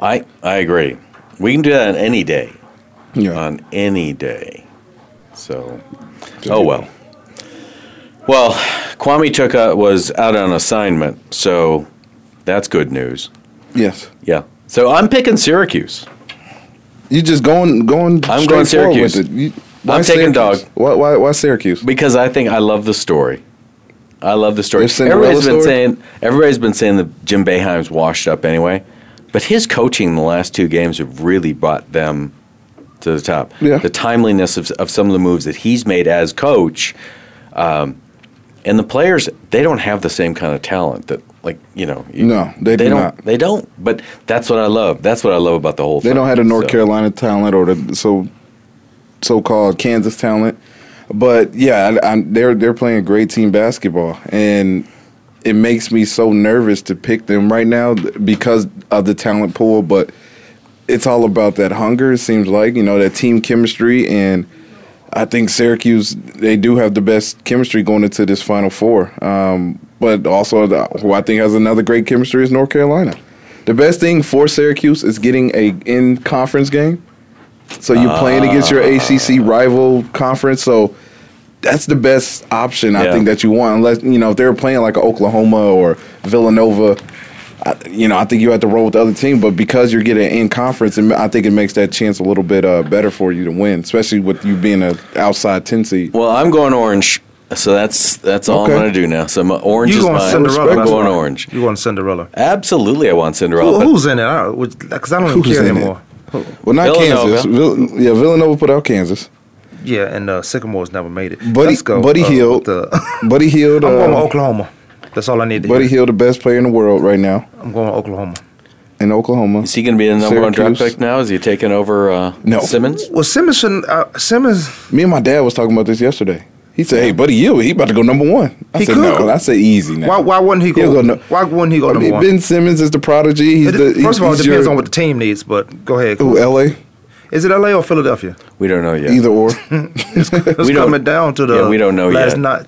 Speaker 5: I I agree. We can do that on any day.
Speaker 4: Yeah,
Speaker 5: On any day. So, oh well. Well, Kwame took a, was out on assignment, so that's good news.
Speaker 4: Yes.
Speaker 5: Yeah. So I'm picking Syracuse.
Speaker 4: You just going going.
Speaker 5: I'm going
Speaker 4: straight forward
Speaker 5: Syracuse.
Speaker 4: With it. You,
Speaker 5: I'm taking
Speaker 4: Syracuse?
Speaker 5: dog.
Speaker 4: Why, why why Syracuse?
Speaker 5: Because I think I love the story. I love the story.
Speaker 4: The Cinderella
Speaker 5: Everybody's been
Speaker 4: story?
Speaker 5: saying everybody's been saying that Jim Boeheim's washed up anyway, but his coaching the last two games have really brought them to the top.
Speaker 4: Yeah.
Speaker 5: The timeliness of, of some of the moves that he's made as coach, um, and the players they don't have the same kind of talent that like you know. you-
Speaker 4: No, they do
Speaker 5: don't.
Speaker 4: not.
Speaker 5: They don't. But that's what I love. That's what I love about the whole.
Speaker 4: They don't have the North
Speaker 5: So,
Speaker 4: Carolina talent or the so so called Kansas talent, but yeah, I, I, they're they're playing great team basketball, and it makes me so nervous to pick them right now because of the talent pool. But it's all about that hunger. It seems like you know that team chemistry, and I think Syracuse they do have the best chemistry going into this Final Four. Um, but also, the, who I think has another great chemistry is North Carolina. The best thing for Syracuse is getting a in conference game. So you're playing against your
Speaker 5: Ah.
Speaker 4: ACC rival conference. So that's the best option I
Speaker 5: Yeah.
Speaker 4: think that you want. Unless you know if they were playing like a Oklahoma or Villanova, I, you know I think you have to roll with the other team. But because you're getting in conference, and I think it makes that chance a little bit uh, better for you to win, especially with you being a outside ten seed.
Speaker 5: Well, I'm going orange. So that's that's all
Speaker 4: Okay.
Speaker 5: I'm going to do now. So my, orange
Speaker 3: You
Speaker 5: is
Speaker 3: going
Speaker 5: mine.
Speaker 3: Cinderella?
Speaker 5: I'm
Speaker 3: that's
Speaker 5: going
Speaker 3: right.
Speaker 5: orange.
Speaker 3: You going Cinderella?
Speaker 5: Absolutely, I want Cinderella.
Speaker 3: Who,
Speaker 5: but
Speaker 3: who's in it? I don't, because I don't even
Speaker 4: Who's
Speaker 3: care
Speaker 4: in it?
Speaker 3: anymore.
Speaker 4: Well, not
Speaker 5: Villanova.
Speaker 4: Kansas. Vill- yeah, Villanova put out Kansas.
Speaker 3: Yeah, and uh, Sycamore's never made it.
Speaker 4: Buddy,
Speaker 3: Let's go.
Speaker 4: Buddy
Speaker 3: uh,
Speaker 4: Hill.
Speaker 3: with the-
Speaker 4: Buddy Hill.
Speaker 3: I'm going with
Speaker 4: Uh,
Speaker 3: Oklahoma. That's all I need to
Speaker 4: Buddy
Speaker 3: hear.
Speaker 4: Hill, the best player in the world right now
Speaker 3: I'm going with Oklahoma.
Speaker 4: in Oklahoma.
Speaker 5: Is he going to be the number one draft
Speaker 4: Syracuse.
Speaker 5: pick now? Is he taking over uh,
Speaker 4: No.
Speaker 5: Simmons?
Speaker 3: Well, Simmons, shouldn't- uh, Simmons,
Speaker 4: Me and my dad was talking about this yesterday. He said, "Hey, buddy, you he about to go number one." I
Speaker 3: He
Speaker 4: said,
Speaker 3: could go.
Speaker 4: "No." I said, "Easy now."
Speaker 3: why, why wouldn't he go?
Speaker 4: He'll go no-
Speaker 3: why wouldn't he go
Speaker 4: I
Speaker 3: number
Speaker 4: mean,
Speaker 3: one?
Speaker 4: Ben Simmons is the prodigy. He's
Speaker 3: It-
Speaker 4: the
Speaker 3: first
Speaker 4: he's-
Speaker 3: of all, it
Speaker 4: he's
Speaker 3: depends
Speaker 4: your-
Speaker 3: on what the team needs, but go ahead.
Speaker 4: Ooh, L.A.
Speaker 3: Is it LA or Philadelphia?
Speaker 5: We don't know yet.
Speaker 4: Either or.
Speaker 3: It's
Speaker 5: We don't-
Speaker 3: coming down to the
Speaker 5: Yeah, we don't know
Speaker 3: last
Speaker 5: yet.
Speaker 3: Not,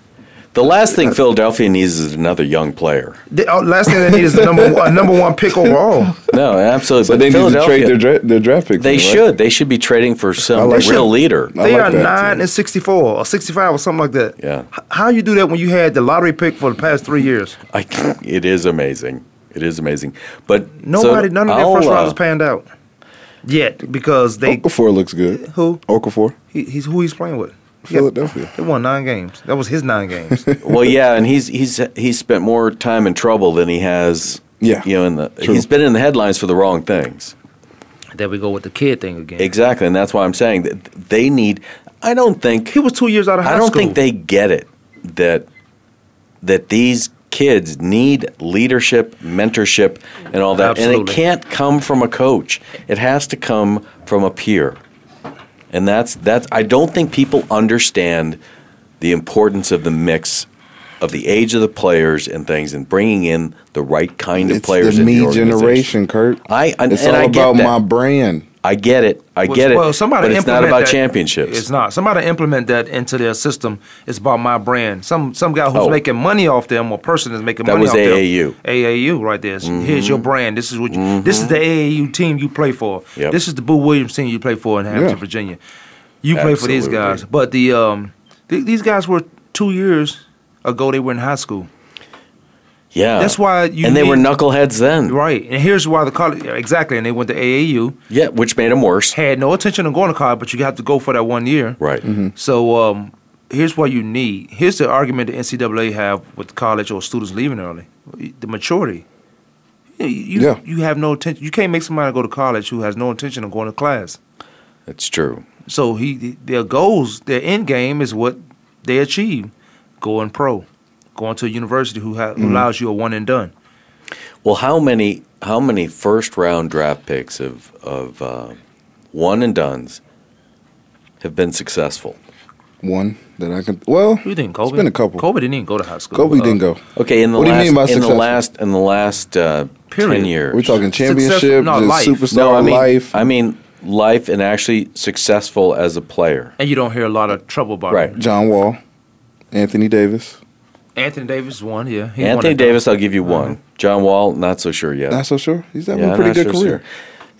Speaker 5: The last thing Philadelphia needs is another young player.
Speaker 3: the, uh, last thing they need is the number one, number one pick overall.
Speaker 5: No, absolutely.
Speaker 4: so
Speaker 5: but
Speaker 4: they need to
Speaker 5: Philadelphia,
Speaker 4: trade their dra- their draft picks.
Speaker 5: They
Speaker 4: right?
Speaker 5: should. They should be trading for some
Speaker 4: like
Speaker 5: real
Speaker 4: that.
Speaker 5: leader.
Speaker 4: I
Speaker 3: They
Speaker 4: like
Speaker 3: are
Speaker 4: that,
Speaker 3: nine
Speaker 4: too.
Speaker 3: and sixty-four or sixty-five or something like that.
Speaker 5: Yeah.
Speaker 3: H- how you do that when you had the lottery pick for the past three years?
Speaker 5: I, it is amazing. It is amazing. But
Speaker 3: Nobody,
Speaker 5: so
Speaker 3: none of their
Speaker 5: I'll,
Speaker 3: first
Speaker 5: uh, Oh,
Speaker 3: rounders panned out yet because they
Speaker 4: Okafor looks good.
Speaker 3: Who?
Speaker 4: Okafor.
Speaker 3: he, he's who he's playing with. He got-
Speaker 4: Philadelphia.
Speaker 3: They won nine games. That was his nine games.
Speaker 5: Well, yeah, and he's he's he's spent more time in trouble than he has.
Speaker 4: Yeah,
Speaker 5: you know, in the
Speaker 4: true.
Speaker 5: he's been in the headlines for the wrong things.
Speaker 3: there we go with the kid thing again.
Speaker 5: Exactly, and that's why I'm saying that they need. I don't think
Speaker 3: He was two years out of high
Speaker 5: I don't
Speaker 3: school.
Speaker 5: think they get it that that these kids need leadership, mentorship, and all that. And
Speaker 3: Absolutely.
Speaker 5: it can't come from a coach. It has to come from a peer. And that's that's I don't think people understand the importance of the mix of the age of the players and things and bringing in the right kind of
Speaker 4: It's
Speaker 5: players
Speaker 4: the
Speaker 5: in the
Speaker 4: me
Speaker 5: organization.
Speaker 4: generation, Kurt.
Speaker 5: I- and-
Speaker 4: it's
Speaker 5: and
Speaker 4: all
Speaker 5: I get
Speaker 4: about
Speaker 5: that.
Speaker 4: my brand.
Speaker 5: I get it. I get it.
Speaker 3: Well, somebody
Speaker 5: but it's not
Speaker 3: implement
Speaker 5: about
Speaker 3: that-
Speaker 5: championships.
Speaker 3: It's not. Somebody implement that into their system. It's about my brand. Some some guy who's
Speaker 5: Oh.
Speaker 3: making money off them or person is making
Speaker 5: That
Speaker 3: money
Speaker 5: was
Speaker 3: off
Speaker 5: AAU.
Speaker 3: them. AAU right there. It's, Here's
Speaker 5: Mm-hmm.
Speaker 3: your brand. This is what you, this is the AAU team you play for.
Speaker 5: Yep.
Speaker 3: This is the Boo Williams team you play for in Hampton,
Speaker 4: Yeah.
Speaker 3: Virginia. You play for these
Speaker 5: Absolutely.
Speaker 3: guys. But the um th- these guys were 2 years ago they were in high school.
Speaker 5: Yeah,
Speaker 3: That's why you
Speaker 5: Uh, and they were
Speaker 3: need-
Speaker 5: knuckleheads then,
Speaker 3: Right. And here's why the college exactly and they went to AAU.
Speaker 5: Yeah, which made them worse.
Speaker 3: Had no intention of going to college, but you have to go for that one year.
Speaker 5: Right.
Speaker 4: Mm-hmm.
Speaker 3: So um, here's what you need. Here's the argument the NCAA have with college or students leaving early: the maturity. You you,
Speaker 4: Yeah.
Speaker 3: you have no intention. You can't make somebody go to college who has no intention of going to class.
Speaker 5: That's true.
Speaker 3: So he their goals, their end game is what they achieve: going pro, going to a university who, ha-
Speaker 4: Mm-hmm.
Speaker 3: who allows you a one and done.
Speaker 5: Well, how many how many first round draft picks of of uh, one and duns have been successful?
Speaker 4: One that I can. Well,
Speaker 3: Who didn't Kobe?
Speaker 4: It's been a couple.
Speaker 3: Kobe didn't even go to high school.
Speaker 4: Kobe
Speaker 3: Uh,
Speaker 4: didn't go.
Speaker 5: Okay, in the
Speaker 4: What do you
Speaker 5: last
Speaker 4: mean by
Speaker 5: in the
Speaker 4: successful?
Speaker 5: last in the last uh, ten
Speaker 3: Period.
Speaker 5: years,
Speaker 4: We're talking championship,
Speaker 3: no,
Speaker 4: the
Speaker 3: life.
Speaker 4: superstar
Speaker 5: no, I mean,
Speaker 4: life.
Speaker 5: I mean life and actually successful as a player.
Speaker 3: And you don't hear a lot of trouble about
Speaker 5: Right.
Speaker 3: it.
Speaker 4: John Wall, Anthony Davis.
Speaker 3: Anthony Davis won, yeah. He won
Speaker 5: Anthony
Speaker 3: it, though.
Speaker 5: Uh-huh. Davis, I'll give you one. John Wall, not so sure yet.
Speaker 4: Not so sure. He's having
Speaker 5: Yeah,
Speaker 4: a pretty
Speaker 5: not
Speaker 4: good
Speaker 5: so
Speaker 4: career.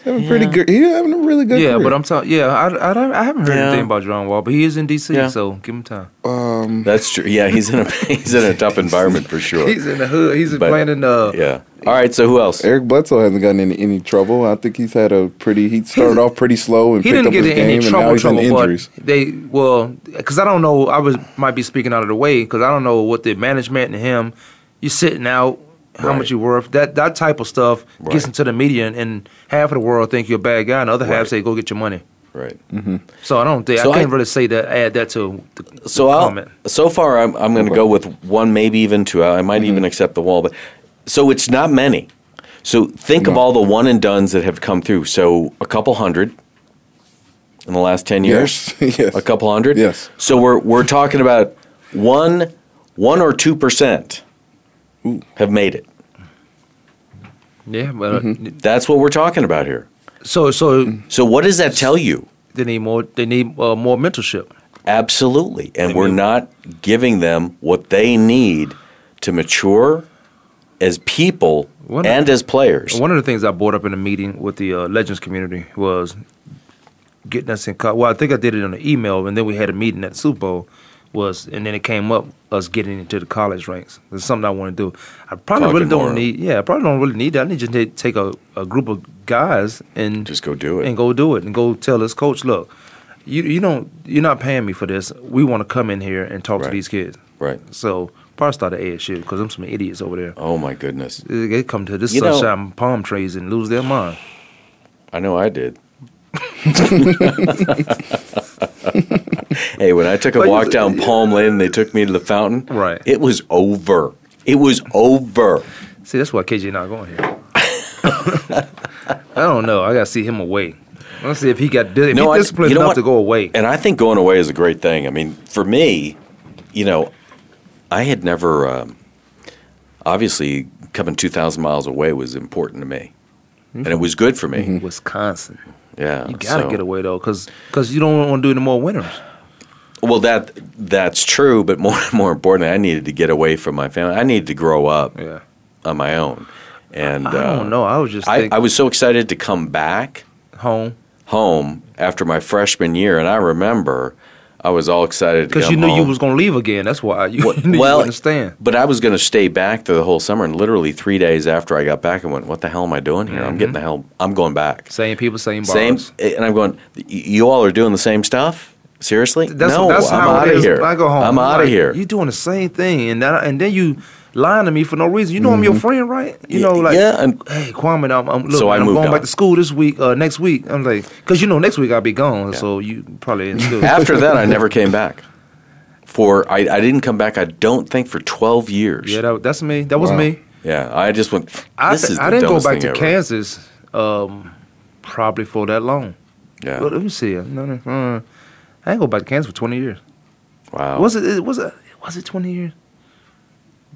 Speaker 4: Having a pretty good. He having a really good.
Speaker 3: yeah,
Speaker 4: career.
Speaker 3: but I'm talking. Yeah, I, I, don't- I haven't heard
Speaker 5: Yeah.
Speaker 3: anything about John Wall, but he is in D.C.,
Speaker 5: Yeah.
Speaker 3: so give him time.
Speaker 4: Um,
Speaker 5: That's true. Yeah, he's in a he's in a tough environment for sure.
Speaker 3: He's in the hood. He's uh,
Speaker 5: But-
Speaker 3: playing in the.
Speaker 5: yeah. All right. So who else?
Speaker 4: uh, Eric Bledsoe hasn't gotten in any trouble. I think he's had a pretty. He started off pretty slow and
Speaker 3: He
Speaker 4: picked
Speaker 3: didn't
Speaker 4: up
Speaker 3: get
Speaker 4: his
Speaker 3: in any
Speaker 4: game, and now
Speaker 3: trouble,
Speaker 4: he's
Speaker 3: trouble,
Speaker 4: in injuries.
Speaker 3: but they well, because I don't know. I was might be speaking out of the way because I don't know what the management and him. You sitting out, how
Speaker 5: Right.
Speaker 3: much you worth? That that type of stuff
Speaker 5: Right.
Speaker 3: gets into the media, and, and half of the world think you're a bad guy, and the other half
Speaker 5: Right.
Speaker 3: say go get your money.
Speaker 5: Right.
Speaker 3: So I don't think
Speaker 5: So
Speaker 3: I can't
Speaker 5: I-
Speaker 3: really say that. Add that to the,
Speaker 5: So
Speaker 3: the
Speaker 5: I'll,
Speaker 3: comment.
Speaker 5: so far I'm I'm going to go with one, maybe even two. I might even accept the wall, but so it's not many. So think of all the one and duns that have come through. So a couple hundred in the last ten years.
Speaker 4: Yes, yes.
Speaker 5: A couple hundred.
Speaker 4: Yes.
Speaker 5: So we're we're talking about one one or two percent have made it.
Speaker 3: Yeah, but
Speaker 4: Mm-hmm.
Speaker 5: That's what we're talking about here.
Speaker 3: so so
Speaker 5: So what does that tell you?
Speaker 3: they need more. They need uh, more mentorship.
Speaker 5: Absolutely. And we're not giving them what they need to mature as people
Speaker 3: One-
Speaker 5: and as players.
Speaker 3: One of the things I brought up in a meeting with the uh, Legends community was getting us in. Co- well, I think I did it on an email, and then we had a meeting at the Super Bowl. Was and then it came up us getting into the college ranks. It's something I want to do. I probably
Speaker 5: Talking
Speaker 3: really don't
Speaker 5: more.
Speaker 3: need. Yeah, I probably don't really need that. I need to ta- take a, a group of guys and
Speaker 5: Just go do it.
Speaker 3: and go do it and go tell this coach, look, you you don't you're not paying me for this. We want to come in here and talk
Speaker 5: Right.
Speaker 3: to these kids.
Speaker 5: Right.
Speaker 3: So probably start at ASU because I'm some idiots over there.
Speaker 5: Oh my goodness.
Speaker 3: They they come to this
Speaker 5: You know-
Speaker 3: sunshine palm trees and lose their mind.
Speaker 5: I know I did. hey, when I took a walk down Palm Lane, they took me to the fountain.
Speaker 3: Right.
Speaker 5: It was over. It was over.
Speaker 3: See, that's why KJ not going here. I don't know. I gotta see him away. I wanna see if he got if
Speaker 5: I-
Speaker 3: he disciplined
Speaker 5: you know
Speaker 3: enough
Speaker 5: what?
Speaker 3: to go away.
Speaker 5: And I think going away is a great thing. I mean, for me, you know, I had never, um, obviously, coming 2,000 miles away was important to me. And it was good for me.
Speaker 3: Wisconsin,
Speaker 5: Yeah.
Speaker 3: Mm-hmm. you gotta
Speaker 5: Mm. so-
Speaker 3: get away though, cause 'cause you don't want to do any more winters.
Speaker 5: Well, that that's true, but more more importantly, I needed to get away from my family. I needed to grow up
Speaker 3: Yeah,
Speaker 5: on my own. And
Speaker 3: I don't
Speaker 5: uh,
Speaker 3: know. I was just
Speaker 5: I,
Speaker 3: think-
Speaker 5: I was so excited to come back
Speaker 3: home
Speaker 5: home after my freshman year, and I remember I was all excited to
Speaker 3: because
Speaker 5: come
Speaker 3: you knew you
Speaker 5: home.
Speaker 3: was gonna leave again. That's why you,
Speaker 5: Well-
Speaker 3: you knew
Speaker 5: well,
Speaker 3: you understand.
Speaker 5: But I was going to stay back through the whole summer, and literally three days after I got back, I went, "What the hell am I doing here? I'm getting the hell. I'm going back."
Speaker 3: Same people, Mm-hmm. same bars.
Speaker 5: Same, eh, and I'm going. "Y- You all are doing the same stuff. Seriously?
Speaker 3: That's,
Speaker 5: no,
Speaker 3: that's
Speaker 5: I'm
Speaker 3: how
Speaker 5: out
Speaker 3: it
Speaker 5: of
Speaker 3: is.
Speaker 5: here.
Speaker 3: When I go home.
Speaker 5: I'm out of
Speaker 3: like,
Speaker 5: here.
Speaker 3: You doing the same thing, and that, and then you lying to me for no reason. You know I'm your friend, right? You know,
Speaker 5: Mm-hmm. Yeah,
Speaker 3: like
Speaker 5: yeah, and-
Speaker 3: hey, Kwame, I'm, I'm look,
Speaker 5: So I
Speaker 3: I'm
Speaker 5: moved
Speaker 3: going
Speaker 5: on.
Speaker 3: back to school this week, uh, next week. I'm like, because you know next week I'll be gone, so you probably in school.
Speaker 5: After that, I never came back. For I, I didn't come back. I don't think for twelve years.
Speaker 3: yeah, that, that's me. That was
Speaker 4: Wow.
Speaker 3: me.
Speaker 5: Yeah, I just went. This
Speaker 3: I,
Speaker 5: is the
Speaker 3: I didn't go
Speaker 5: dumbest
Speaker 3: back
Speaker 5: thing
Speaker 3: to
Speaker 5: ever."
Speaker 3: Kansas, um, probably for that long. Well,
Speaker 5: Yeah.
Speaker 3: let me see. No, no, uh, I didn't go back to Kansas for 20 years.
Speaker 5: Wow.
Speaker 3: Was it? it- Was it? Was it 20 years?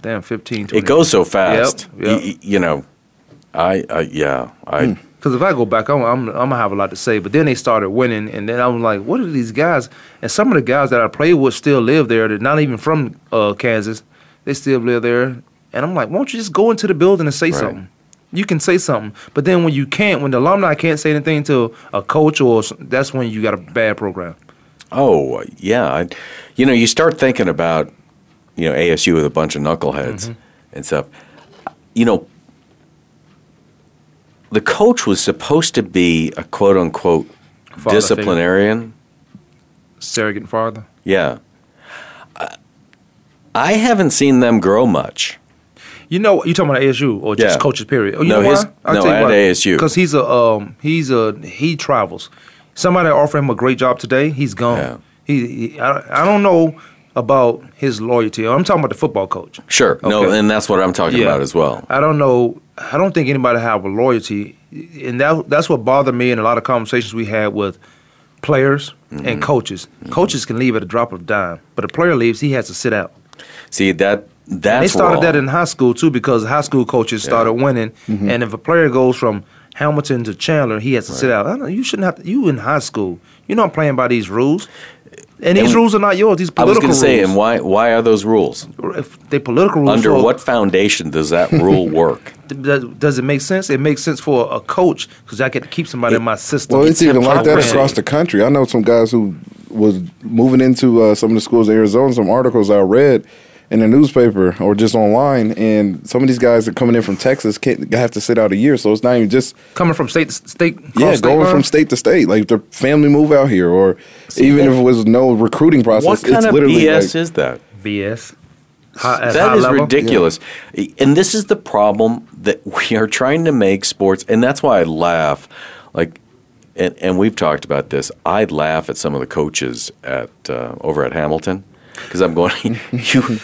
Speaker 3: Damn, 15. 20
Speaker 5: It goes so fast.
Speaker 3: Yep, yep. Hmm.
Speaker 5: Y- y- you know, I, I yeah, I
Speaker 3: Because if I go back, I'm, I'm, I'm gonna have a lot to say. But then they started winning, and then I'm like, what are these guys? And some of the guys that I played with still live there. They're not even from uh, Kansas. They still live there. And I'm like, won't you just go into the building and say
Speaker 5: Right.
Speaker 3: something? You can say something. But then when you can't, when the alumni can't say anything to a coach, or s- that's when you got a bad program.
Speaker 5: oh yeah, I, you know, you start thinking about you know ASU with a bunch of knuckleheads
Speaker 3: Mm-hmm.
Speaker 5: and stuff. You know, the coach was supposed to be a quote unquote
Speaker 3: figure.
Speaker 5: disciplinarian.
Speaker 3: Sarah getting farther.
Speaker 5: Yeah. I I haven't seen them grow much.
Speaker 3: You know, you talking about ASU or just
Speaker 5: Yeah.
Speaker 3: coaches? Period. Oh, you
Speaker 5: No,
Speaker 3: know
Speaker 5: his-
Speaker 3: why?
Speaker 5: no, at ASU.
Speaker 3: because he's a um, he's a he travels. Somebody offer him a great job today, he's gone.
Speaker 5: Yeah.
Speaker 3: He, he I, I don't know about his loyalty. I'm talking about the football coach.
Speaker 5: Sure. No,
Speaker 3: Okay.
Speaker 5: and that's what I'm talking about as well.
Speaker 3: I don't know. I don't think anybody have a loyalty, and that that's what bothered me in a lot of conversations we had with players
Speaker 5: Mm-hmm.
Speaker 3: and coaches. Coaches can leave at a drop of dime, but a player leaves, he has to sit out.
Speaker 5: See that
Speaker 3: And they
Speaker 5: that's
Speaker 3: started
Speaker 5: wrong.
Speaker 3: that in high school too because high school coaches started winning.
Speaker 5: Mm-hmm.
Speaker 3: And if a player goes from Hamilton to Chandler, he has to sit out. I don't, you shouldn't have to. You in high school, you're not playing by these rules. And these
Speaker 5: And-
Speaker 3: rules are not yours. These
Speaker 5: I was
Speaker 3: political
Speaker 5: going to say, and
Speaker 3: rules.
Speaker 5: why why are those rules?
Speaker 3: if they political rules.
Speaker 5: Under
Speaker 3: for-
Speaker 5: what foundation does that rule work?
Speaker 3: th- does, does it make sense? It makes sense for a coach because I get to keep somebody in my system.
Speaker 4: Well, it's even like that
Speaker 3: Right.
Speaker 4: across the country. I know some guys who was moving into uh, some of the schools in Arizona. Some articles I read in the newspaper or just online, and some of these guys are coming in from Texas can't have to sit out a year. So it's not even just
Speaker 3: coming from state to state.
Speaker 4: yeah
Speaker 3: cross state
Speaker 4: going
Speaker 3: line?
Speaker 4: from state to state. Like their family move out here, or even if it was no recruiting process,
Speaker 5: what kind
Speaker 4: it's
Speaker 5: of
Speaker 4: literally
Speaker 5: BS
Speaker 4: like,
Speaker 5: is that?
Speaker 3: BS. High, at high
Speaker 5: That is
Speaker 3: level.
Speaker 5: ridiculous. And this is the problem that we are trying to make sports, and that's why I laugh. Like, and, and we've talked about this. I laugh at some of the coaches at uh, over at Hamilton because I'm going, you,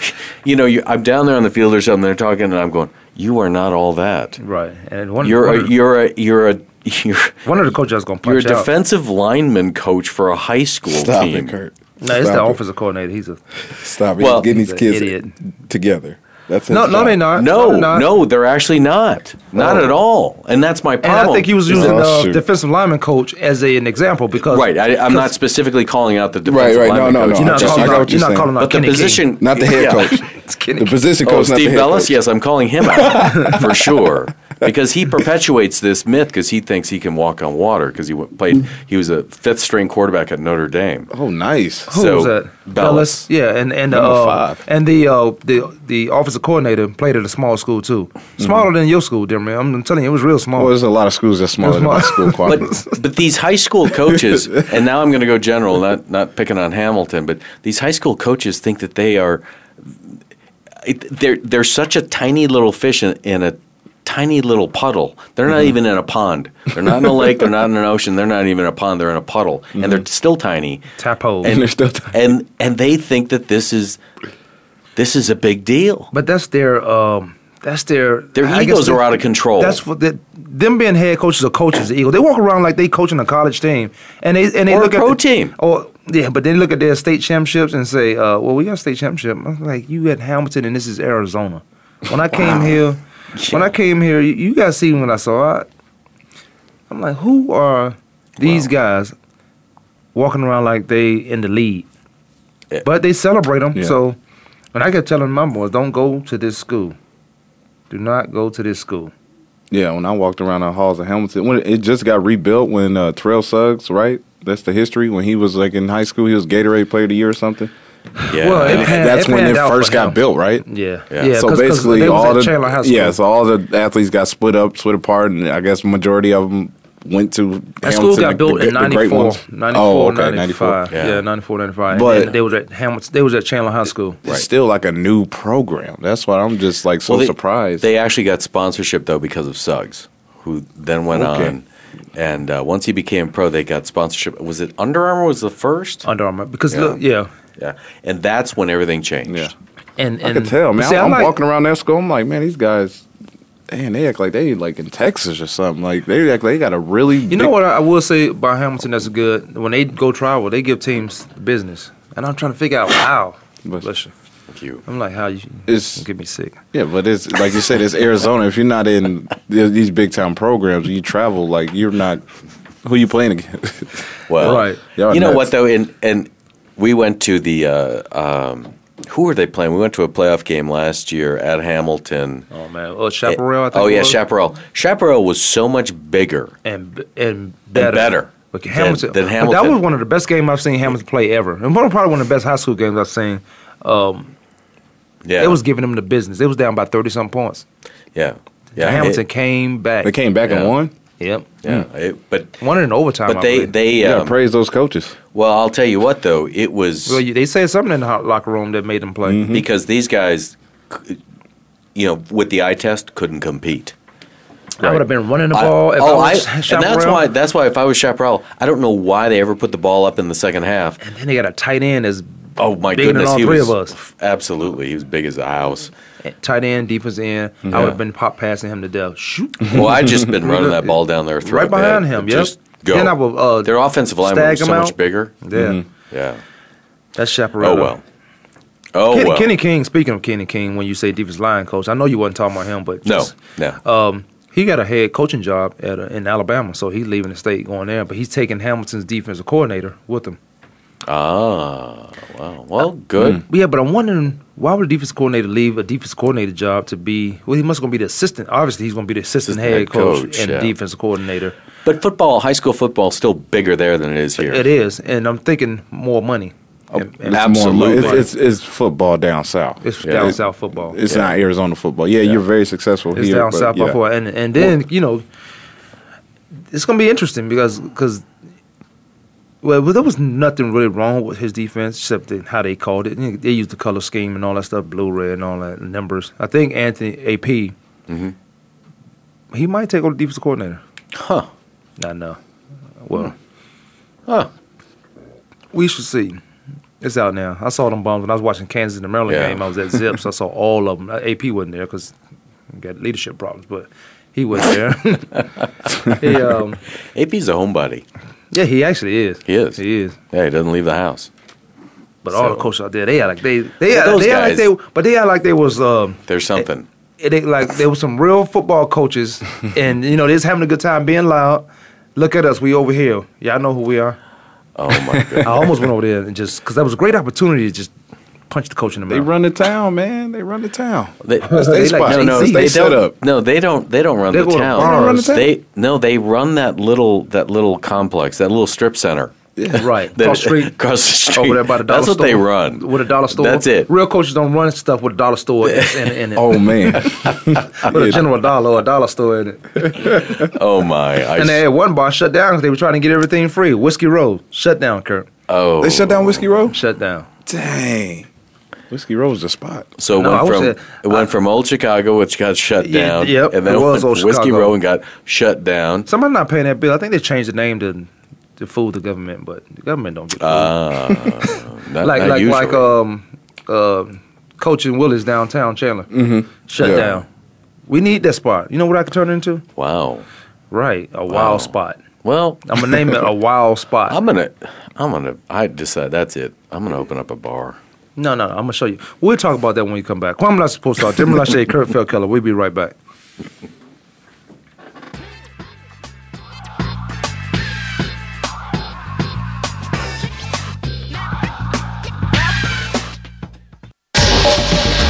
Speaker 5: you know, you, I'm down there on the field or something. They're talking, and I'm going, you are not all that.
Speaker 3: Right, and one
Speaker 5: You're
Speaker 3: one,
Speaker 5: a,
Speaker 3: of the-
Speaker 5: you're a, you're a, you're.
Speaker 3: one of the coaches I was going to
Speaker 5: You're a
Speaker 3: punch out.
Speaker 5: defensive lineman coach for a high school
Speaker 4: stop
Speaker 5: team.
Speaker 4: it, Kurt.
Speaker 3: No, it's the
Speaker 4: Stop it.
Speaker 3: offensive coordinator. He's a
Speaker 4: Stop it.
Speaker 5: Well-
Speaker 4: He's getting these
Speaker 3: He's
Speaker 4: kids
Speaker 3: an idiot.
Speaker 4: together. That's his
Speaker 3: no, no,
Speaker 4: job.
Speaker 3: they're not.
Speaker 5: No,
Speaker 3: they're not.
Speaker 5: no, they're actually not. Not
Speaker 4: Oh.
Speaker 5: at all. And that's my
Speaker 3: And
Speaker 5: problem.
Speaker 3: I think he was
Speaker 5: is
Speaker 3: using
Speaker 5: that-
Speaker 3: the
Speaker 4: Oh, shoot.
Speaker 3: defensive lineman coach as a, an example because
Speaker 5: right. I, I'm not
Speaker 3: because
Speaker 5: specifically calling out the
Speaker 4: Right,
Speaker 5: defensive
Speaker 4: right. No,
Speaker 5: lineman
Speaker 4: no,
Speaker 5: coach.
Speaker 4: no.
Speaker 3: You're not
Speaker 4: Just-
Speaker 3: calling
Speaker 4: I got
Speaker 3: out-
Speaker 4: what you're
Speaker 3: you're not
Speaker 4: saying.
Speaker 3: calling out
Speaker 5: but the
Speaker 3: Kenny King.
Speaker 5: position,
Speaker 4: Not the head
Speaker 5: yeah.
Speaker 4: coach.
Speaker 3: It's Kenny.
Speaker 4: The position coach.
Speaker 5: Oh,
Speaker 4: not
Speaker 5: Steve
Speaker 4: the head
Speaker 5: Bellis.
Speaker 4: coach.
Speaker 5: Yes, I'm calling him out for sure because he perpetuates this myth because he thinks he can walk on water because he went- played. He was a fifth string quarterback at Notre Dame.
Speaker 4: Oh, nice.
Speaker 3: Who
Speaker 5: so,
Speaker 3: was that?
Speaker 5: Bellis.
Speaker 3: Yeah, and and
Speaker 4: Number
Speaker 3: uh,
Speaker 4: five.
Speaker 3: and the uh, the the offensive coordinator played at a small school too,
Speaker 5: Mm-hmm.
Speaker 3: smaller than your school, dear man. I'm telling you, it was real small.
Speaker 4: Well, there's a lot of schools that's smaller than
Speaker 3: That's
Speaker 4: my
Speaker 3: my-
Speaker 4: school
Speaker 5: But
Speaker 4: Cardinals.
Speaker 5: but these high school coaches, and now I'm going to go general, not not picking on Hamilton, but these high school coaches think that they are it, they're they're such a tiny little fish in, in a tiny little puddle. They're
Speaker 3: Mm-hmm.
Speaker 5: not even in a pond. They're not in a lake. They're not in an ocean. They're not even in a pond. They're in a puddle, and
Speaker 3: Mm-hmm.
Speaker 5: they're still tiny.
Speaker 3: Tap hole.
Speaker 4: And they're still t-
Speaker 5: And and they think that this is this is a big deal.
Speaker 3: But that's their um, that's their
Speaker 5: Their
Speaker 3: I guess
Speaker 5: egos
Speaker 3: they-
Speaker 5: are out of control.
Speaker 3: That's what the, them being head coaches or coaches. The Eagles they walk around like they coaching a college team, and they and they
Speaker 5: Or a
Speaker 3: look at
Speaker 5: pro
Speaker 3: the-
Speaker 5: team.
Speaker 3: Or yeah, but they look at their state championships and say, uh, "Well, we got a state championship." I'm like, "You at Hamilton and this is Arizona." When I came here, when I came here, you, you guys seen what I saw. I, I'm like, who are these guys walking around like they in the lead?
Speaker 5: Yeah.
Speaker 3: But they celebrate them.
Speaker 4: Yeah.
Speaker 3: So, and I kept telling my boys, don't go to this school. Do not go to this school.
Speaker 4: yeah, when I walked around the halls of Hamilton, when it just got rebuilt when uh, Terrell Suggs, right? That's the history. When he was like in high school, he was Gatorade Player of the Year or something.
Speaker 5: Yeah.
Speaker 3: Well, it-
Speaker 4: And
Speaker 3: pan-
Speaker 4: that's when
Speaker 3: panned
Speaker 4: it
Speaker 3: out for
Speaker 4: first got
Speaker 3: him.
Speaker 4: built, right?
Speaker 3: Yeah.
Speaker 5: Yeah.
Speaker 4: so
Speaker 3: 'cause- 'cause
Speaker 4: basichandly
Speaker 3: they was
Speaker 4: all
Speaker 3: at
Speaker 4: the
Speaker 3: Chandler High School.
Speaker 4: yeah, so all the athletes got split up, split apart, and I guess majority of them went to
Speaker 3: that school
Speaker 4: Hamilton,
Speaker 3: got
Speaker 4: the-
Speaker 3: built
Speaker 4: the-
Speaker 3: in
Speaker 4: the great
Speaker 3: 94,
Speaker 4: ones.
Speaker 3: 94,
Speaker 4: oh, okay,
Speaker 3: 95.
Speaker 5: Yeah.
Speaker 3: Yeah. 94, 95.
Speaker 4: But-
Speaker 3: and they was at Hamilton. They was at Chandler High School.
Speaker 4: It's still like a new program. That's why I'm just like so
Speaker 5: Well, they-
Speaker 4: surprised.
Speaker 5: They actually got sponsorship though because of Suggs, who then went
Speaker 4: Okay.
Speaker 5: on, and uh, once he became pro, they got sponsorship. Was it Under Armour? Was the first?
Speaker 3: Under Armour. Because
Speaker 5: Yeah.
Speaker 3: look, yeah.
Speaker 5: yeah, and that's when everything changed.
Speaker 4: yeah.
Speaker 3: And,
Speaker 4: I
Speaker 3: and
Speaker 4: could tell, man.
Speaker 3: See, I
Speaker 4: I'm,
Speaker 3: like-
Speaker 4: walking around that school. I'm like, man, these guys, man, they act like they like in Texas or something. Like they act like they got a really.
Speaker 3: You know what I I will say about Hamilton that's good. When they go travel, they give teams business, and I'm trying to figure out how.
Speaker 4: Bless
Speaker 3: Bless you.
Speaker 5: Thank you.
Speaker 3: I'm like, how you
Speaker 4: It's-
Speaker 3: get me sick?
Speaker 4: Yeah, but it's like you said, it's Arizona. If you're not in th- these big time programs, you travel like you're not. Who you playing against?
Speaker 5: Well,
Speaker 3: Right.
Speaker 4: Y'all
Speaker 5: you know
Speaker 4: nuts.
Speaker 5: what though, and and we went to the uh, um, who were they playing? We went to a playoff game last year at Hamilton.
Speaker 3: Oh man, oh Chaparral. I think
Speaker 5: oh
Speaker 3: it
Speaker 5: yeah,
Speaker 3: was.
Speaker 5: Chaparral. Chaparral was so much bigger.
Speaker 3: and and better.
Speaker 5: better
Speaker 3: Like
Speaker 5: than-
Speaker 3: Hamilton.
Speaker 5: than
Speaker 3: But
Speaker 5: Hamilton.
Speaker 3: That was one of the best games I've seen Hamilton play ever, and one of- probably one of the best high school games I've seen.
Speaker 5: Yeah,
Speaker 3: It was giving them the business. It was down by thirty some points.
Speaker 5: yeah,
Speaker 3: Yeah,
Speaker 5: yeah.
Speaker 3: Hamilton Hmm.
Speaker 5: It,
Speaker 3: came back.
Speaker 4: They came back
Speaker 5: Yeah.
Speaker 4: and won.
Speaker 3: Yep.
Speaker 5: yeah, it- but
Speaker 3: One in overtime.
Speaker 5: but
Speaker 3: I
Speaker 5: they
Speaker 3: believe.
Speaker 5: they
Speaker 4: Yeah,
Speaker 5: um,
Speaker 4: praise those coaches.
Speaker 5: well, I'll tell you what though, it was
Speaker 3: well, you- they said something in the hot locker room that made them play.
Speaker 5: because these guys, c- you know, with the eye test, couldn't compete.
Speaker 3: I would have been running the ball.
Speaker 5: I-
Speaker 3: if
Speaker 5: oh,
Speaker 3: I
Speaker 5: I,
Speaker 3: was
Speaker 5: and that's
Speaker 3: Chaparral.
Speaker 5: why. That's why if I was Chaparral, I don't know why they ever put the ball up in the second half.
Speaker 3: And they got a tight end as
Speaker 5: Oh my
Speaker 3: Bigger than
Speaker 5: goodness,
Speaker 3: all
Speaker 5: he
Speaker 3: three
Speaker 5: was
Speaker 3: of us.
Speaker 5: f- absolutely. He was big as a house.
Speaker 3: tight end, defense end. I would have been pop passing him to death. Shoot.
Speaker 5: Well, I just been running that ball down their throat.
Speaker 3: Right behind
Speaker 5: man.
Speaker 3: him, yep.
Speaker 5: Just go.
Speaker 3: Then I will, uh,
Speaker 5: their offensive line was
Speaker 3: stag
Speaker 5: so
Speaker 3: him
Speaker 5: much
Speaker 3: out.
Speaker 5: bigger.
Speaker 3: Yeah.
Speaker 5: Yeah.
Speaker 3: That's
Speaker 5: Oh
Speaker 3: Chaparral.
Speaker 5: well. Oh
Speaker 3: Kenny,
Speaker 5: well.
Speaker 3: Kenny King, speaking of Kenny King, when you say defense line coach, I know you wasn't talking about him, but
Speaker 5: no.
Speaker 3: just-
Speaker 5: No.
Speaker 3: he got a head coaching job at uh in Alabama, so he's leaving the state going there, but he's taking Hamilton's defensive coordinator with him.
Speaker 5: Ah, wow. Well, good.
Speaker 3: But yeah, but I'm wondering why would a defense coordinator leave a defense coordinator job to be? Well, he must going to be the assistant. Obviously, he's going to be the assistant,
Speaker 5: Assistant
Speaker 3: head,
Speaker 5: head
Speaker 3: coach,
Speaker 5: coach,
Speaker 3: and
Speaker 5: yeah.
Speaker 3: defense coordinator.
Speaker 5: But football, high school football, is still bigger there than it is here.
Speaker 3: It is, and I'm thinking more money.
Speaker 5: Oh,
Speaker 3: And- and-
Speaker 4: Absolutely, it's, it's, it's football down south.
Speaker 3: It's
Speaker 5: Yeah.
Speaker 3: down
Speaker 5: It-
Speaker 3: south football.
Speaker 4: It's
Speaker 3: Yeah.
Speaker 4: not Arizona football. Yeah, you're very successful
Speaker 3: It's
Speaker 4: here.
Speaker 3: down
Speaker 4: but
Speaker 3: south
Speaker 4: yeah.
Speaker 3: by four, and and then you know, it's gonna be interesting because because. Well, well, there was nothing really wrong with his defense except in how they called it. They used the color scheme and all that stuff, blue, red, and all that numbers. I think Anthony AP,
Speaker 4: Mm-hmm.
Speaker 3: he might take over the defensive coordinator.
Speaker 5: Huh.
Speaker 3: I know. Well,
Speaker 5: Huh.
Speaker 3: Hmm. we should see. It's out now. I saw them bombs when I was watching Kansas and the Maryland
Speaker 5: Yeah.
Speaker 3: game. I was at Zips. I saw all of them. AP wasn't there because he got leadership problems, but he was there. he, um,
Speaker 5: AP's a homebody.
Speaker 3: yeah, he actually is.
Speaker 5: He is.
Speaker 3: He is.
Speaker 5: Yeah, he doesn't leave the house.
Speaker 3: But all the
Speaker 5: So-
Speaker 3: coaches out there, they are like they they
Speaker 5: But
Speaker 3: are,
Speaker 5: those
Speaker 3: they are like
Speaker 5: guys-
Speaker 3: they but they are like they was um
Speaker 5: There's something.
Speaker 3: it ain't like there was some real football coaches and you know they just having a good time being loud. Look at us, we over here. Y'all know who we are.
Speaker 5: Oh my
Speaker 3: I
Speaker 5: god.
Speaker 3: almost went over there and just because that was a great opportunity to just punch the coach in the mouth.
Speaker 4: They run the town, man. They run the town.
Speaker 5: They,
Speaker 3: They like
Speaker 5: no, no,
Speaker 3: JC.
Speaker 5: they
Speaker 4: They set
Speaker 5: don't.
Speaker 4: up.
Speaker 5: No, they don't. They don't run
Speaker 3: They
Speaker 5: the
Speaker 3: go to
Speaker 5: town.
Speaker 3: bars. They
Speaker 4: run the town?
Speaker 5: They no, they run that little that little complex, that little strip center.
Speaker 3: Right.
Speaker 5: That-
Speaker 3: Cross street.
Speaker 5: across the street.
Speaker 3: Over there by the dollar
Speaker 5: That's what
Speaker 3: store.
Speaker 5: they run.
Speaker 3: With a dollar store.
Speaker 5: That's it.
Speaker 3: Real coaches don't run stuff with a dollar store in, in, in it.
Speaker 4: Oh man,
Speaker 3: with a general dollar or a dollar store in it.
Speaker 5: Oh my! I
Speaker 3: And they
Speaker 5: s-
Speaker 3: had one bar shut down because they were trying to get everything free. Whiskey Road, shut down, Kurt.
Speaker 5: oh,
Speaker 4: they shut down Whiskey Row.
Speaker 3: Shut down.
Speaker 4: Dang, Whiskey Row's the spot.
Speaker 5: So it
Speaker 3: No, I
Speaker 5: went
Speaker 3: would
Speaker 5: from
Speaker 3: say-
Speaker 5: it went from old Chicago, which got shut
Speaker 3: Yeah,
Speaker 5: down,
Speaker 3: yep,
Speaker 5: and then
Speaker 3: it
Speaker 5: it
Speaker 3: was
Speaker 5: went
Speaker 3: old
Speaker 5: Whiskey
Speaker 3: Chicago.
Speaker 5: Row and got shut down.
Speaker 3: Somebody not paying that bill. I think they changed the name to to fool the government, but the government don't get fooled.
Speaker 5: Not-
Speaker 3: like
Speaker 5: Uh, not
Speaker 3: like
Speaker 5: usually.
Speaker 3: like um uh coaching Willis downtown Chandler.
Speaker 5: Mm-hmm.
Speaker 3: Shut
Speaker 4: Yeah.
Speaker 3: down. We need that spot. You know what I could turn it into?
Speaker 5: wow.
Speaker 3: Right. A wild
Speaker 5: Wow.
Speaker 3: spot.
Speaker 5: Well,
Speaker 3: I'm gonna name it a wild spot.
Speaker 5: I'm gonna, I'm gonna. I decide that's it. I'm gonna open up a bar.
Speaker 3: No, no, I'm gonna show you. We'll talk about that when we come back. Kwame Lasseter, Post Star, Jim Lachey, Kurt Feldkeller. We'll be right back.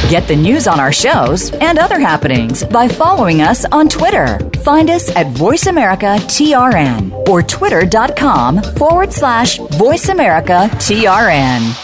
Speaker 7: Get the news on our shows and other happenings by following us on Twitter. Find us at VoiceAmericaTRN or twitter.com forward slash VoiceAmericaTRN.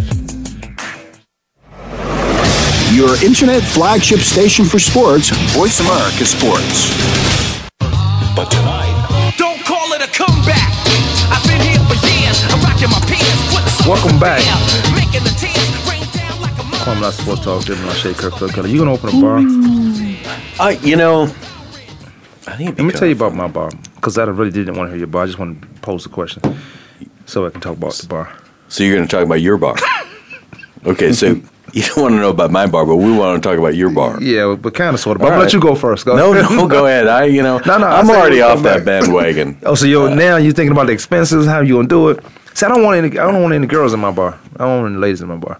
Speaker 6: Your internet flagship station for sports, Voice America Sports. But tonight,
Speaker 8: Don't call it a comeback. I've been here for years. I'm rocking my pants. Putting something
Speaker 3: Welcome back.
Speaker 8: down. Making the tears rain down like a
Speaker 3: Kwame Lasseter, Post Star, Jim Lachey, Kurt Feldkeller. You gonna open a bar?
Speaker 5: I, you know, I think. it'd be
Speaker 3: Let me tell you
Speaker 5: kind
Speaker 3: about my bar because I really didn't want to hear your bar. I just want to pose the question so I can talk about the bar.
Speaker 5: of- So you're gonna talk about your bar? okay, so you don't want to know about my bar, but we want to talk about your bar.
Speaker 3: Yeah, but kind of sort of.
Speaker 5: All
Speaker 3: But I'm gonna
Speaker 5: right.
Speaker 3: let you go first. Go
Speaker 5: No,
Speaker 3: ahead.
Speaker 5: no, go ahead. I, you know,
Speaker 3: No, no, I
Speaker 5: I'm
Speaker 3: said
Speaker 5: already
Speaker 3: we'll
Speaker 5: off
Speaker 3: come
Speaker 5: that
Speaker 3: back.
Speaker 5: bandwagon.
Speaker 3: Oh, so you're now you're thinking about the expenses, how you gonna do it? See, I don't want any. I don't want any girls in my bar. I don't want any ladies in my bar.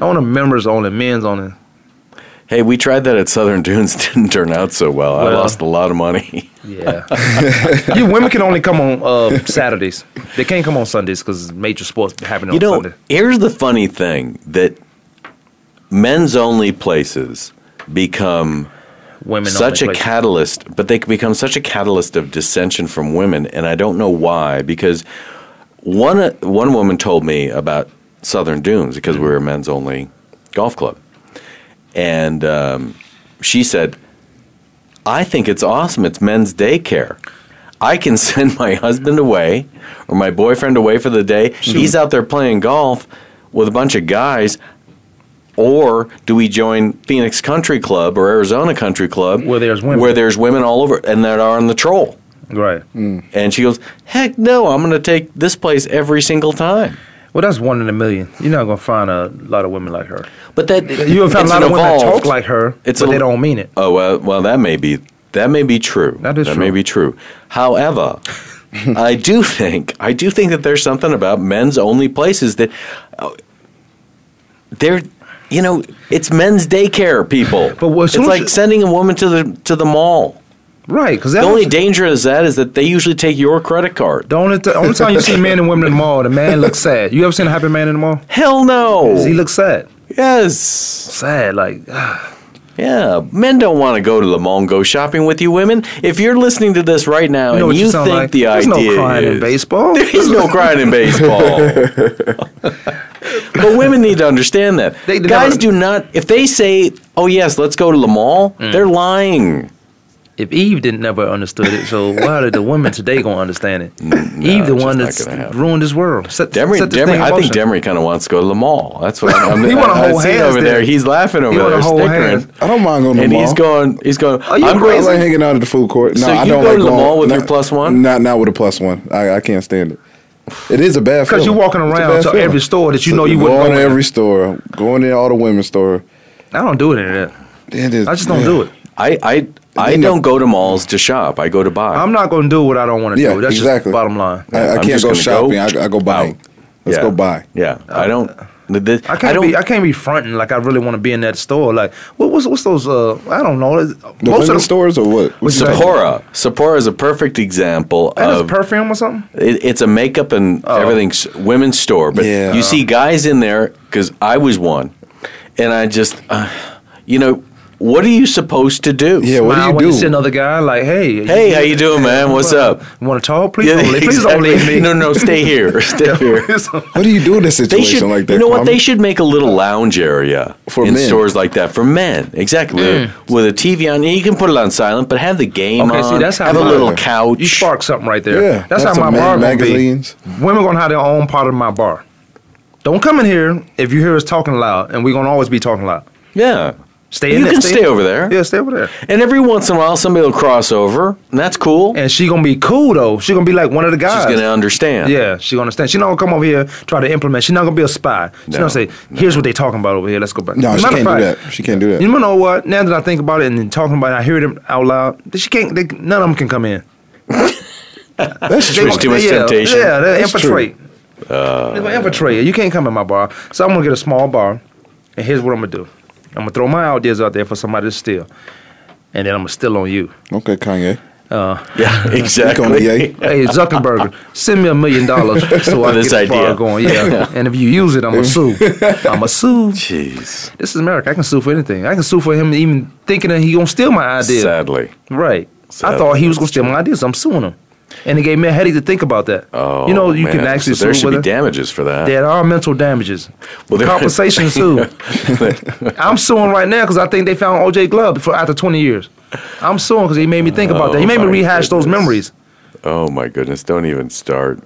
Speaker 3: I want a members only, men's only.
Speaker 5: Hey, we tried that at Southern Dunes. Didn't turn out so well. I
Speaker 3: Well.
Speaker 5: lost a lot of money.
Speaker 3: Yeah. you women can only come on uh, Saturdays. They can't come on Sundays because major sports happen on
Speaker 5: you know,
Speaker 3: Sunday.
Speaker 5: here's the funny thing that men's only places become
Speaker 3: Women
Speaker 5: such a
Speaker 3: only places.
Speaker 5: catalyst, but they can become such a catalyst of dissension from women, and I don't know why because One one woman told me about Southern Dunes because
Speaker 3: Mm-hmm.
Speaker 5: we were a men's only golf club, and um, she said, "I think it's awesome. It's men's daycare. I can send my husband away or my boyfriend away for the day.
Speaker 3: Hmm.
Speaker 5: He's out there playing golf with a bunch of guys." Or do we join Phoenix Country Club or Arizona Country Club,
Speaker 3: Where there's women.
Speaker 5: where there's women all over and that are on the troll?
Speaker 3: Right.
Speaker 5: And she goes, "Heck no! I'm going to take this place every single time."
Speaker 3: Well, that's one in a million. You're not gonna find a lot of women like her.
Speaker 5: But that
Speaker 3: You'll find a
Speaker 5: it's
Speaker 3: lot
Speaker 5: an
Speaker 3: of women that
Speaker 5: evolved-
Speaker 3: talk like her,
Speaker 5: It's
Speaker 3: but
Speaker 5: a-
Speaker 3: they don't mean it.
Speaker 5: Oh well, well that may be that may be true.
Speaker 3: That is
Speaker 5: that
Speaker 3: true.
Speaker 5: may be true. However, I do think I do think that there's something about men's only places that uh, they're you know it's men's daycare people.
Speaker 3: But what- as
Speaker 5: it's
Speaker 3: soon as
Speaker 5: like
Speaker 3: you-
Speaker 5: sending a woman to the to the mall.
Speaker 3: Right, because
Speaker 5: The only danger is that is that they usually take your credit card.
Speaker 3: the only, t- only time you see men and women in the mall, the man looks sad. You ever seen a happy man in the mall?
Speaker 5: Hell
Speaker 3: He
Speaker 5: no.
Speaker 3: looks sad.
Speaker 5: Yes.
Speaker 3: Sad, like
Speaker 5: Yeah, men don't want to go to the mall and go shopping with you women. If you're listening to this right now
Speaker 3: You know what
Speaker 5: and
Speaker 3: you
Speaker 5: you
Speaker 3: sound
Speaker 5: think
Speaker 3: like.
Speaker 5: the
Speaker 3: There's no
Speaker 5: idea
Speaker 3: crying in
Speaker 5: is-
Speaker 3: baseball.
Speaker 5: there is no crying in baseball. but women need to understand that
Speaker 3: They do
Speaker 5: guys
Speaker 3: not-
Speaker 5: do not. If they say, "Oh yes, let's go to the mall,"
Speaker 3: Mm.
Speaker 5: they're lying.
Speaker 3: if Eve didn't never understood it, so why are the women today gonna understand it? Eve,
Speaker 5: Mm, it's
Speaker 3: the one
Speaker 5: just not
Speaker 3: that's
Speaker 5: gonna happen.
Speaker 3: ruined this world. Set,
Speaker 5: Demery,
Speaker 3: set this
Speaker 5: Demery,
Speaker 3: thing in
Speaker 5: I think
Speaker 3: motion.
Speaker 5: Demery kind of wants to go to the mall. That's what I'm.
Speaker 3: He
Speaker 5: I,
Speaker 3: wanna
Speaker 5: I
Speaker 3: hold
Speaker 5: see
Speaker 3: hands
Speaker 5: over there.
Speaker 3: then.
Speaker 5: He's laughing over
Speaker 3: wanna
Speaker 5: there,
Speaker 3: hold
Speaker 5: snickering,
Speaker 3: hands.
Speaker 4: I don't mind going to the
Speaker 5: and
Speaker 4: mall.
Speaker 5: he's going. He's going.
Speaker 3: you
Speaker 5: I'm
Speaker 4: I
Speaker 5: going.
Speaker 3: crazy?
Speaker 4: like hanging out at the food court. No,
Speaker 5: So
Speaker 4: I
Speaker 5: you
Speaker 4: don't
Speaker 5: go
Speaker 4: like
Speaker 5: to the
Speaker 4: going-
Speaker 5: mall with
Speaker 4: not-
Speaker 5: your plus one?
Speaker 4: Not not with a plus one. I, I can't stand it. It is a bad
Speaker 3: Because you're
Speaker 4: feeling.
Speaker 3: walking
Speaker 4: It's a
Speaker 3: around
Speaker 4: bad
Speaker 3: to
Speaker 4: feeling.
Speaker 3: every store that you know you wouldn't
Speaker 4: going
Speaker 3: go
Speaker 4: to
Speaker 3: in.
Speaker 4: every store, going to all the women's store.
Speaker 3: I don't do it in that.
Speaker 4: It is,
Speaker 3: I just don't do it.
Speaker 5: I I I
Speaker 4: Then you-
Speaker 5: don't go to malls to shop. I go to buy.
Speaker 3: I'm not gonna do what I don't want to
Speaker 4: Yeah,
Speaker 3: do. That's
Speaker 4: exactly.
Speaker 3: just bottom line.
Speaker 4: I, I
Speaker 5: I'm
Speaker 4: can't
Speaker 5: just
Speaker 4: go
Speaker 5: gonna
Speaker 4: shopping.
Speaker 5: go
Speaker 4: I, I go buying. Let's
Speaker 5: Yeah.
Speaker 4: go buy.
Speaker 5: Yeah, I don't. The, the,
Speaker 3: I can't
Speaker 5: don't,
Speaker 3: be I can't be fronting like I really want to be in that store. Like what, what's what's those? Uh, I don't know. It's-
Speaker 4: The
Speaker 3: Most of the
Speaker 4: women's stores or what?
Speaker 3: What's
Speaker 4: You
Speaker 3: the
Speaker 4: say?
Speaker 3: whole-
Speaker 5: Sephora. Sephora is a perfect example
Speaker 3: Ain't this
Speaker 5: of
Speaker 3: perfume or something.
Speaker 5: it, it's a makeup and
Speaker 3: Oh.
Speaker 5: everything s- women's store, but
Speaker 4: Yeah.
Speaker 5: you see guys in there because I was one, and I just, uh, you know, what are you supposed to do?
Speaker 4: Yeah, what
Speaker 3: Smile
Speaker 4: do you
Speaker 3: when
Speaker 4: do?
Speaker 3: see another guy like, hey,
Speaker 5: Hey, how you doing, man? What's up?
Speaker 3: Want to talk? Please
Speaker 5: Yeah,
Speaker 3: don't leave. Please don't
Speaker 5: exactly.
Speaker 3: leave me.
Speaker 5: No, no, stay here. Stay here.
Speaker 4: what do you do in a
Speaker 5: They
Speaker 4: situation
Speaker 5: should,
Speaker 4: like that?
Speaker 5: you know what? They
Speaker 4: Kwame?
Speaker 5: should make a little lounge area
Speaker 4: For
Speaker 5: in
Speaker 4: men.
Speaker 5: stores like that for men. Exactly, with a TV on. You can put it on silent, but have the game
Speaker 3: Mm. Okay,
Speaker 5: on.
Speaker 3: see, that's how
Speaker 5: have a
Speaker 3: my-
Speaker 5: little couch.
Speaker 3: You spark something right there.
Speaker 4: Yeah,
Speaker 3: that's,
Speaker 4: that's
Speaker 3: how my
Speaker 4: a man
Speaker 3: bar gonna
Speaker 4: magazines.
Speaker 3: be. Women gonna have their own part of my bar. Don't come in here if you hear us talking loud, and we're gonna always be talking loud.
Speaker 5: Yeah.
Speaker 3: Stay
Speaker 5: You
Speaker 3: in there.
Speaker 5: can stay over there.
Speaker 3: Yeah, stay over there.
Speaker 5: And every once in a while, somebody will cross over, and that's cool.
Speaker 3: And she gonna be cool though. She gonna be like one of the guys.
Speaker 5: She's going to understand.
Speaker 3: Yeah, she gonna understand. She not gonna come over here try to implement. She not gonna be a spy. She
Speaker 5: No,
Speaker 3: not say, "Here's what they talking about over here. Let's go back."
Speaker 4: No, she
Speaker 3: Matter of
Speaker 4: can't do
Speaker 3: fact,
Speaker 4: that. She can't do that.
Speaker 3: You know what? Now that I think about it and then talking about it, I hear them out loud. They- She can't. They, none of them can come in.
Speaker 4: That's
Speaker 3: They
Speaker 4: true.
Speaker 5: There's too much
Speaker 3: yeah,
Speaker 5: temptation.
Speaker 3: Yeah, they
Speaker 4: That's
Speaker 3: infiltrate. They gonna infiltrate. You can't come in my bar. So I'm gonna get a small bar, and here's what I'm gonna do. I'm gonna throw my ideas out there for somebody to steal, and then I'm gonna steal on you.
Speaker 4: Okay, Kanye.
Speaker 5: Yeah,
Speaker 4: Kanye.
Speaker 5: exactly.
Speaker 3: Hey Zuckerberg, send me a million dollars so I
Speaker 5: For
Speaker 3: can
Speaker 5: this
Speaker 3: get the bar
Speaker 5: idea.
Speaker 3: going. Yeah, and if you use it, I'm gonna sue. I'm gonna sue.
Speaker 5: Jeez.
Speaker 3: This is America. I can sue for anything. I can sue for him even thinking that he gonna steal my idea.
Speaker 5: Sadly.
Speaker 3: Right. I
Speaker 5: Sadly,
Speaker 3: thought he was gonna steal my ideas. I'm suing him, and it gave me a headache to think about that.
Speaker 5: Oh,
Speaker 3: you know, you
Speaker 5: man.
Speaker 3: can actually
Speaker 5: so there
Speaker 3: sue
Speaker 5: should
Speaker 3: with
Speaker 5: be
Speaker 3: it.
Speaker 5: damages for that.
Speaker 3: There are mental damages.
Speaker 5: Well, there-
Speaker 3: Compensation sue. I'm suing right now because I think they found O.J. Glove for after 20 years. I'm suing because he made me think about that. He
Speaker 5: Oh,
Speaker 3: made me
Speaker 5: my
Speaker 3: rehash those
Speaker 5: goodness.
Speaker 3: memories.
Speaker 5: Oh, my goodness. Don't even start.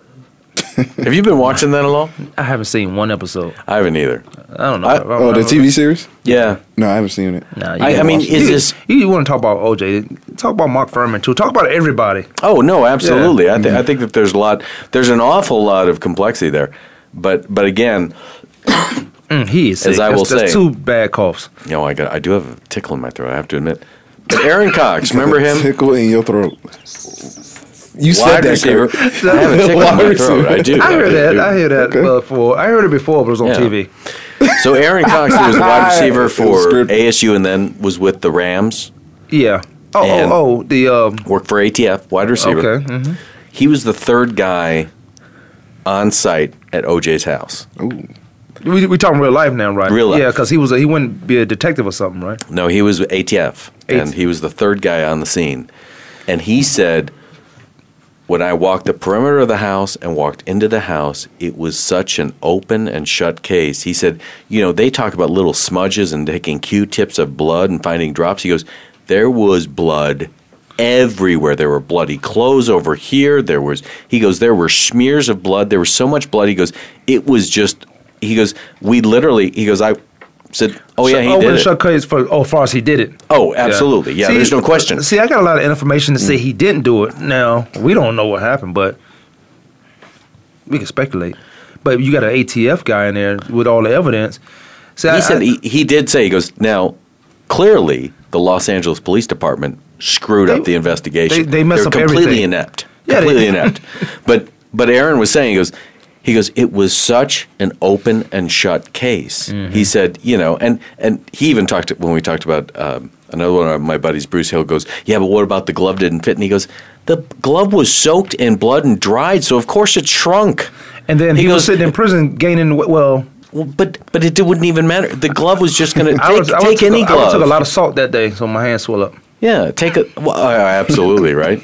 Speaker 5: Have you been watching that at all?
Speaker 3: I haven't seen one episode.
Speaker 5: I haven't either.
Speaker 3: I don't know.
Speaker 5: I-
Speaker 3: I,
Speaker 4: Oh, the TV series?
Speaker 5: Yeah.
Speaker 4: No, I haven't seen it.
Speaker 3: Nah, you
Speaker 5: I- I
Speaker 3: gotta
Speaker 5: mean,
Speaker 3: watch it.
Speaker 5: is
Speaker 3: you,
Speaker 5: this-
Speaker 3: You want to talk about OJ? Talk about Mark Furman too. Talk about everybody.
Speaker 5: Oh no, absolutely. I, th-
Speaker 3: Mm-hmm.
Speaker 5: I think that there's a lot. There's an awful lot of complexity there, but but again,
Speaker 3: Mm, he is sick.
Speaker 5: As I
Speaker 3: that's,
Speaker 5: will
Speaker 3: that's
Speaker 5: say-
Speaker 3: two bad coughs.
Speaker 5: you know, I got I do have a tickle in my throat. I have to admit. But Aaron Cox, remember him?
Speaker 4: Tickle in your throat. You said
Speaker 5: Wide
Speaker 4: that.
Speaker 5: receiver.
Speaker 4: Kurt.
Speaker 5: I have a tickle in my throat. I do.
Speaker 3: I heard that.
Speaker 5: do.
Speaker 3: I hear that uh, before. I heard it before, but it was on
Speaker 5: Yeah.
Speaker 3: TV.
Speaker 5: So Aaron Cox, who was the wide receiver
Speaker 4: It was
Speaker 5: for
Speaker 4: good.
Speaker 5: ASU, and then was with the Rams.
Speaker 3: Yeah. Oh,
Speaker 5: And-
Speaker 3: oh, oh, the um,
Speaker 5: Worked for ATF, wide receiver.
Speaker 3: okay. hmm
Speaker 5: He was the third guy on site at OJ's house.
Speaker 3: We we talking real life now, right?
Speaker 5: Real life.
Speaker 3: Yeah, because he was a, he wouldn't be a detective or something, right?
Speaker 5: No, he was ATF,
Speaker 3: Eight.
Speaker 5: and he was the third guy on the scene. And he said, when I walked the perimeter of the house and walked into the house, it was such an open and shut case. He said, You know, they talk about little smudges and taking Q tips of blood and finding drops. He goes, There was blood everywhere. There were bloody clothes over here. There was, he goes, There were smears of blood. There was so much blood. He goes, It was just, he goes, We literally, he goes, I said, Oh, yeah, he
Speaker 3: oh,
Speaker 5: did.
Speaker 3: when
Speaker 5: it."
Speaker 3: Chuck Clay's for, oh, far as he did it.
Speaker 5: Oh, absolutely. Yeah, there's no question. Mm.
Speaker 3: See, I got a lot of information to say he didn't do it. Now we don't know what happened, but we can speculate. But you got an ATF guy in there with all the evidence. See, I,
Speaker 5: he said
Speaker 3: I-
Speaker 5: he, he did say he goes now clearly the los angeles police department screwed up
Speaker 3: They-
Speaker 5: the investigation
Speaker 3: they- they mess
Speaker 5: They're
Speaker 3: up
Speaker 5: completely
Speaker 3: everything.
Speaker 5: inept
Speaker 3: Yeah, they-
Speaker 5: completely inept but but aaron was saying he goes he goes it was such an open and shut case
Speaker 3: Mm-hmm.
Speaker 5: he said you know and and he even talked when we talked about um, another one of my buddies bruce hill goes yeah but what about the glove didn't fit and he goes the glove was soaked in blood and dried so of course it shrunk
Speaker 3: and then
Speaker 5: he
Speaker 3: he, was
Speaker 5: goes-
Speaker 3: sitting in prison gaining. w- Well,
Speaker 5: well, but but it wouldn't even matter. The glove was just going to
Speaker 3: I
Speaker 5: take,
Speaker 3: was, I
Speaker 5: take
Speaker 3: was-
Speaker 5: any
Speaker 3: I was
Speaker 5: glove.
Speaker 3: took a lot of salt that day, so my hands swell up.
Speaker 5: Yeah, take a well, uh, absolutely right.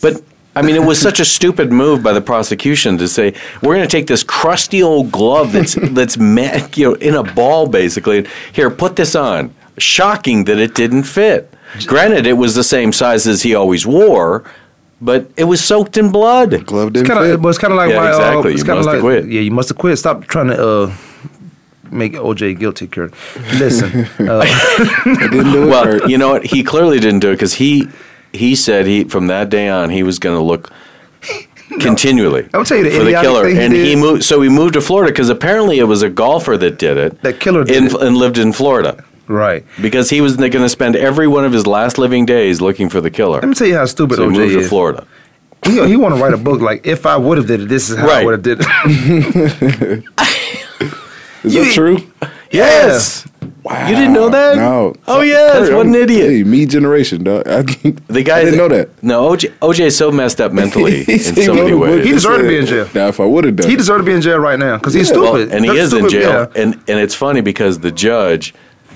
Speaker 5: But I mean, it was such a stupid move by the prosecution to say we're going to take this crusty old glove that's that's ma- you know in a ball basically. and Here, put this on. Shocking that it didn't fit. Granted, it was the same size as he always wore, but it was soaked in blood.
Speaker 4: Glove
Speaker 3: It's
Speaker 4: didn't
Speaker 3: kind
Speaker 4: fit.
Speaker 3: of, but it's kind of like
Speaker 5: Yeah,
Speaker 3: why,
Speaker 5: exactly.
Speaker 3: Uh, it's
Speaker 5: You
Speaker 3: kinda
Speaker 5: must have
Speaker 3: like-
Speaker 5: quit.
Speaker 3: Yeah, you must have quit. Stop trying to uh, make OJ guilty, Kurt. Listen, uh,
Speaker 4: It didn't do it.
Speaker 5: well,
Speaker 4: Or-
Speaker 5: you know what? He clearly didn't do it because he he said he from that day on he was going to look continually
Speaker 3: I'll tell you the
Speaker 5: for the
Speaker 3: idiotic
Speaker 5: killer,
Speaker 3: thing he
Speaker 5: and he
Speaker 3: did.
Speaker 5: moved. So he moved to Florida because apparently it was a golfer that did it.
Speaker 3: That killer did
Speaker 5: in,
Speaker 3: it.
Speaker 5: and lived in Florida
Speaker 3: right.
Speaker 5: because he was going to spend every one of his last living days looking for the killer.
Speaker 3: Let me tell you how stupid
Speaker 5: so he
Speaker 3: OJ
Speaker 5: moved to
Speaker 3: is.
Speaker 5: Florida.
Speaker 3: He, he want to write a book like if I would have did it, this is how
Speaker 5: Right.
Speaker 3: I would have did it.
Speaker 4: is that true?
Speaker 5: Yes. You didn't know that?
Speaker 4: No.
Speaker 5: Oh yes,
Speaker 4: Kurt,
Speaker 5: what an
Speaker 4: I'm-
Speaker 5: idiot.
Speaker 4: Hey, me generation, dog. I,
Speaker 5: The guy
Speaker 4: I didn't
Speaker 5: that-
Speaker 4: know that.
Speaker 5: No, OJ, OJ is so messed up mentally in
Speaker 4: He
Speaker 5: so
Speaker 4: wrote
Speaker 5: many
Speaker 4: a book
Speaker 5: ways.
Speaker 3: He
Speaker 4: that
Speaker 3: deserved to be
Speaker 4: said,
Speaker 3: in jail.
Speaker 4: Now, if I would have done
Speaker 3: he
Speaker 4: it,
Speaker 3: deserved to be in jail right now because he's
Speaker 5: Well,
Speaker 3: stupid.
Speaker 5: and he
Speaker 3: That's
Speaker 5: is in
Speaker 3: stupid,
Speaker 5: jail.
Speaker 3: yeah.
Speaker 5: And and it's funny because the judge,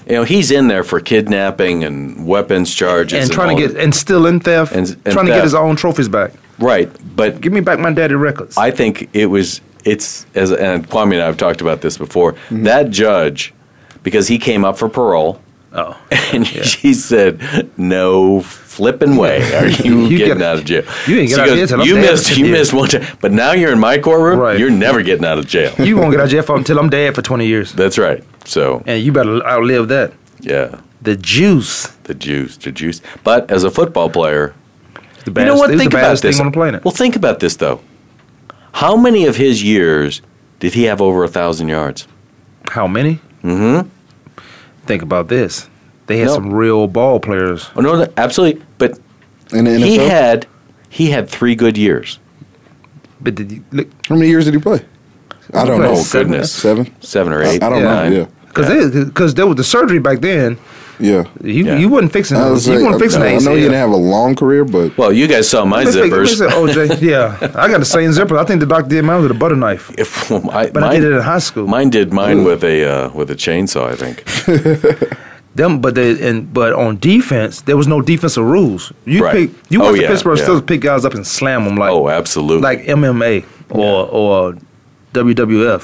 Speaker 5: you know, he's in there for kidnapping and weapons charges
Speaker 3: And trying
Speaker 5: all
Speaker 3: to get
Speaker 5: that.
Speaker 3: and still in theft,
Speaker 5: And- and
Speaker 3: trying to get
Speaker 5: theft.
Speaker 3: his own trophies back.
Speaker 5: right. But
Speaker 3: Give me back my daddy records.
Speaker 5: I think it was it's as and Kwame and I have talked about this before.
Speaker 3: Mm-hmm.
Speaker 5: That judge, because he came up for parole.
Speaker 3: oh,
Speaker 5: And she said, "No flipping way are you,
Speaker 3: You
Speaker 5: getting
Speaker 3: get-
Speaker 5: out of jail.
Speaker 3: you ain't get
Speaker 5: She
Speaker 3: out of
Speaker 5: goes,
Speaker 3: jail till I'm
Speaker 5: you
Speaker 3: dead."
Speaker 5: missed, you
Speaker 3: Yeah.
Speaker 5: missed one time, but now you're in my courtroom.
Speaker 3: Right.
Speaker 5: You're never getting out of jail.
Speaker 3: you won't get out of jail for, until I'm dead for twenty years,
Speaker 5: That's right. So
Speaker 3: and you better outlive that.
Speaker 5: yeah,
Speaker 3: The juice.
Speaker 5: the juice, the juice. But as a football player,
Speaker 3: The baddest,
Speaker 5: you know what?
Speaker 3: it was
Speaker 5: Think
Speaker 3: the
Speaker 5: about
Speaker 3: baddest
Speaker 5: this.
Speaker 3: thing on the planet.
Speaker 5: Well, think about this though. How many of his years did he have over a thousand yards?
Speaker 3: How many? Mm-hmm. Think about this. They had
Speaker 5: No.
Speaker 3: some real ball players.
Speaker 5: Oh no, no, absolutely. But
Speaker 4: in the NFL,
Speaker 5: he had he had three good years.
Speaker 3: But did you look?
Speaker 4: how many years did he play? I don't
Speaker 3: He
Speaker 4: know.
Speaker 3: played
Speaker 5: Oh
Speaker 3: Seven?
Speaker 5: goodness,
Speaker 4: Seven?
Speaker 5: seven or
Speaker 4: I-
Speaker 5: eight.
Speaker 4: I don't know,
Speaker 5: nine.
Speaker 4: yeah.
Speaker 3: Because because there was the surgery back then.
Speaker 4: Yeah.
Speaker 3: You
Speaker 5: Yeah.
Speaker 3: you wasn't fixing
Speaker 4: I,
Speaker 3: that.
Speaker 4: was
Speaker 3: You
Speaker 4: like,
Speaker 3: weren't
Speaker 4: I,
Speaker 3: fixing that.
Speaker 4: I know you
Speaker 3: ACL.
Speaker 4: didn't have a long career, but
Speaker 5: Well, you guys saw my
Speaker 3: Let me fix- let me
Speaker 5: zippers.
Speaker 3: fix it, OJ. Yeah, I got the same zipper. I think the doctor did mine with a butter knife.
Speaker 5: If, my,
Speaker 3: But I did it in high school.
Speaker 5: Mine did mine with a uh, with a chainsaw. I think.
Speaker 3: Them, but they and but on defense, there was no defensive rules. You
Speaker 5: Right.
Speaker 3: pick you
Speaker 5: Oh,
Speaker 3: watch
Speaker 5: yeah,
Speaker 3: the Pittsburgh
Speaker 5: yeah.
Speaker 3: Steelers pick guys up and slam them like
Speaker 5: oh, absolutely.
Speaker 3: like MMA or or WWF.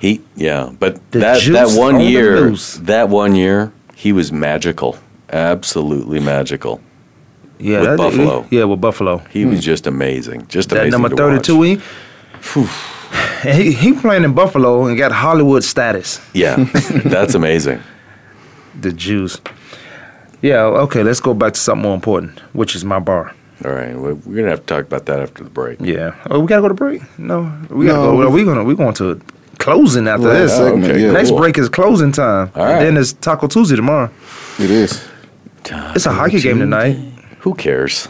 Speaker 5: He yeah, but that
Speaker 3: The
Speaker 5: that
Speaker 3: juice
Speaker 5: one
Speaker 3: on the
Speaker 5: year,
Speaker 3: loose.
Speaker 5: that one year, he was magical, absolutely magical.
Speaker 3: Yeah,
Speaker 5: With
Speaker 3: that-
Speaker 5: Buffalo.
Speaker 3: Yeah, with Buffalo.
Speaker 5: He was just amazing, just
Speaker 3: Hmm. that
Speaker 5: amazing.
Speaker 3: number
Speaker 5: to
Speaker 3: thirty two.
Speaker 5: watch.
Speaker 3: He, and he he playing in Buffalo and got Hollywood status.
Speaker 5: Yeah, that's amazing.
Speaker 3: The Jews. Yeah. Okay. Let's go back to something more important, which is my bar.
Speaker 5: All right, we- we're gonna have to talk about that after the break.
Speaker 3: Yeah. Oh, we gotta go to break. No, we gotta
Speaker 4: No.
Speaker 3: go. Well, we gonna we going to closing after
Speaker 4: Right,
Speaker 3: this.
Speaker 4: oh, okay, Okay, yeah.
Speaker 3: Next
Speaker 4: cool.
Speaker 3: break is closing time.
Speaker 5: All right.
Speaker 3: And then it's Taco Tuesday tomorrow.
Speaker 4: it is.
Speaker 3: It's a hockey game tonight.
Speaker 5: Who cares?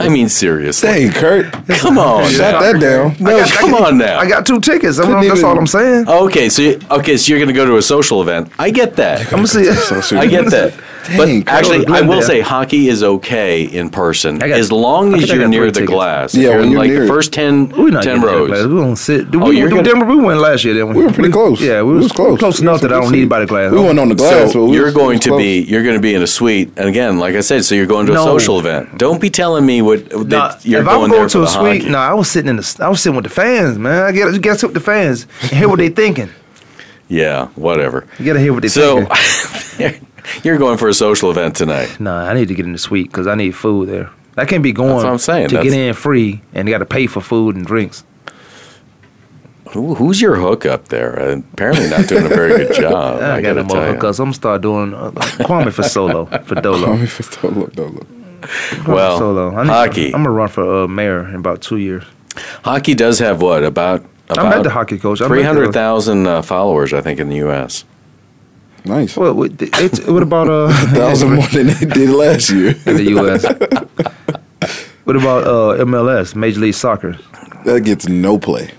Speaker 5: I mean, seriously.
Speaker 4: Dang, Kurt.
Speaker 5: Come on,
Speaker 4: Shut
Speaker 5: now.
Speaker 4: that down.
Speaker 5: No, come on now.
Speaker 3: I got two tickets. I'm,
Speaker 4: Couldn't
Speaker 3: that's all
Speaker 4: even-
Speaker 3: I'm saying.
Speaker 5: okay, so you, okay, so you're gonna go to a social event. I get that.
Speaker 3: I'm gonna see.
Speaker 4: So soon.
Speaker 5: I get that.
Speaker 4: Dang,
Speaker 5: but actually, I will
Speaker 3: Glendale.
Speaker 5: say hockey is okay in person
Speaker 3: I got-
Speaker 5: as long
Speaker 3: I
Speaker 5: as
Speaker 3: think I
Speaker 5: you're
Speaker 3: got
Speaker 5: near
Speaker 3: three
Speaker 5: the
Speaker 3: tickets.
Speaker 5: glass.
Speaker 4: Yeah,
Speaker 5: if you're
Speaker 4: when
Speaker 5: in
Speaker 4: you're
Speaker 5: like
Speaker 4: near
Speaker 5: the
Speaker 4: it.
Speaker 5: first 10,
Speaker 3: We're not
Speaker 5: 10
Speaker 3: getting that
Speaker 5: rows.
Speaker 3: glass. We don't sit. Did
Speaker 5: Oh,
Speaker 3: we,
Speaker 5: you're
Speaker 3: did
Speaker 5: gonna-
Speaker 3: Denver, we went last year. Didn't we?
Speaker 4: We were pretty close.
Speaker 3: Yeah, we,
Speaker 4: We
Speaker 3: was,
Speaker 4: was close.
Speaker 3: Close
Speaker 4: We
Speaker 3: enough
Speaker 4: was-
Speaker 3: that I
Speaker 4: we
Speaker 3: don't
Speaker 4: was-
Speaker 3: need anybody glass.
Speaker 4: We went on the glass.
Speaker 5: so
Speaker 4: but we
Speaker 5: you're
Speaker 4: was-
Speaker 5: going
Speaker 4: was
Speaker 5: to
Speaker 4: close.
Speaker 5: be you're going to be in a suite, and again, like I said, so you're going to a
Speaker 3: No.
Speaker 5: social event. Don't be telling me what that
Speaker 3: Nah,
Speaker 5: you're
Speaker 3: if
Speaker 5: going
Speaker 3: I'm
Speaker 5: there
Speaker 3: going
Speaker 5: for
Speaker 3: to a
Speaker 5: the
Speaker 3: suite,
Speaker 5: hockey.
Speaker 3: no, I was sitting in the, I was sitting with the fans, man. I get, you gotta sit with the fans and hear what they thinking.
Speaker 5: Yeah, whatever.
Speaker 3: You gotta hear what they
Speaker 5: So
Speaker 3: thinking.
Speaker 5: you're going for a social event tonight.
Speaker 3: Nah, I need to get in the suite because I need food there. I can't be going.
Speaker 5: what I'm saying.
Speaker 3: to
Speaker 5: That's-
Speaker 3: get in free and got to pay for food and drinks.
Speaker 5: Who, who's your hookup there? Uh, apparently not doing a very good job.
Speaker 3: I,
Speaker 5: I,
Speaker 3: got
Speaker 5: gotta
Speaker 3: no more
Speaker 5: tell you.
Speaker 3: hookups. I'm gonna start doing uh, Kwame for solo for Dolo.
Speaker 4: Kwame Fasolo, Dolo.
Speaker 3: Kwame
Speaker 5: Well,
Speaker 3: solo. I
Speaker 5: hockey.
Speaker 3: I'm gonna run for uh, mayor in about two years.
Speaker 5: Hockey does have what about
Speaker 3: I met the
Speaker 5: about
Speaker 3: hockey coach. I met the-
Speaker 5: three hundred thousand uh, followers, I think, in the U.S.
Speaker 4: Nice.
Speaker 3: What, what, it's, what about uh
Speaker 4: That was more than they did last year.
Speaker 3: in the U.S. what about uh MLS, Major League Soccer?
Speaker 4: That gets no play.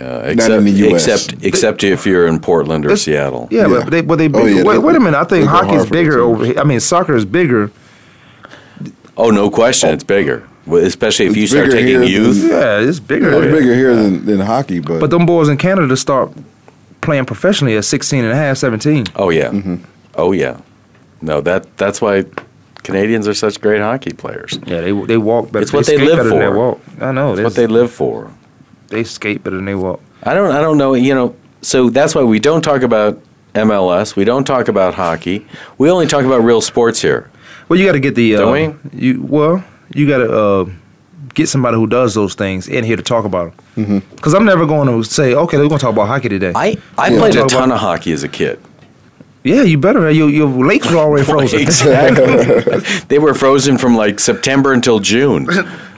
Speaker 5: Uh, except,
Speaker 4: in the US.
Speaker 5: Except, except if you're in Portland or
Speaker 3: It's-
Speaker 5: Seattle.
Speaker 3: Yeah,
Speaker 4: Yeah.
Speaker 3: but they, but they.
Speaker 4: Oh, yeah,
Speaker 3: wait,
Speaker 4: they-
Speaker 3: wait a minute. I
Speaker 4: they
Speaker 3: think
Speaker 4: go hard
Speaker 3: hockey's
Speaker 4: for the
Speaker 3: bigger
Speaker 4: teams.
Speaker 3: over here. I mean, soccer is bigger.
Speaker 5: Oh, no question. It's bigger, Well, especially if
Speaker 4: It's
Speaker 5: you start
Speaker 4: bigger
Speaker 5: taking
Speaker 4: here than-
Speaker 5: youth.
Speaker 3: Yeah, it's bigger.
Speaker 4: It was
Speaker 3: there.
Speaker 4: bigger here than, than hockey, but,
Speaker 3: But them boys in Canada start playing professionally at 16 and a half, 17.
Speaker 5: Oh yeah.
Speaker 4: Mm-hmm.
Speaker 5: Oh yeah. No, that that's why Canadians are such great hockey players. It's
Speaker 3: Yeah, they they walk better.
Speaker 5: It's what they
Speaker 3: skate
Speaker 5: live
Speaker 3: better Than
Speaker 5: for.
Speaker 3: they walk. I know.
Speaker 5: what they live for.
Speaker 3: they skate better than they walk.
Speaker 5: I don't I don't know, you know, so that's why we don't talk about MLS, we don't talk about hockey. We only talk about real sports here.
Speaker 3: Well, you got to get the. Uh,
Speaker 5: Don't
Speaker 3: You well, you got to uh, get somebody who does those things in here to talk about them. Because I'm never going to say, okay, we're going to talk about hockey today.
Speaker 5: Mm-hmm. I I
Speaker 4: Yeah.
Speaker 5: played a
Speaker 3: Talk
Speaker 5: ton
Speaker 3: about-
Speaker 5: of hockey as a kid.
Speaker 3: yeah, you better. Your your lakes were already frozen.
Speaker 5: exactly. they were frozen from like September until June.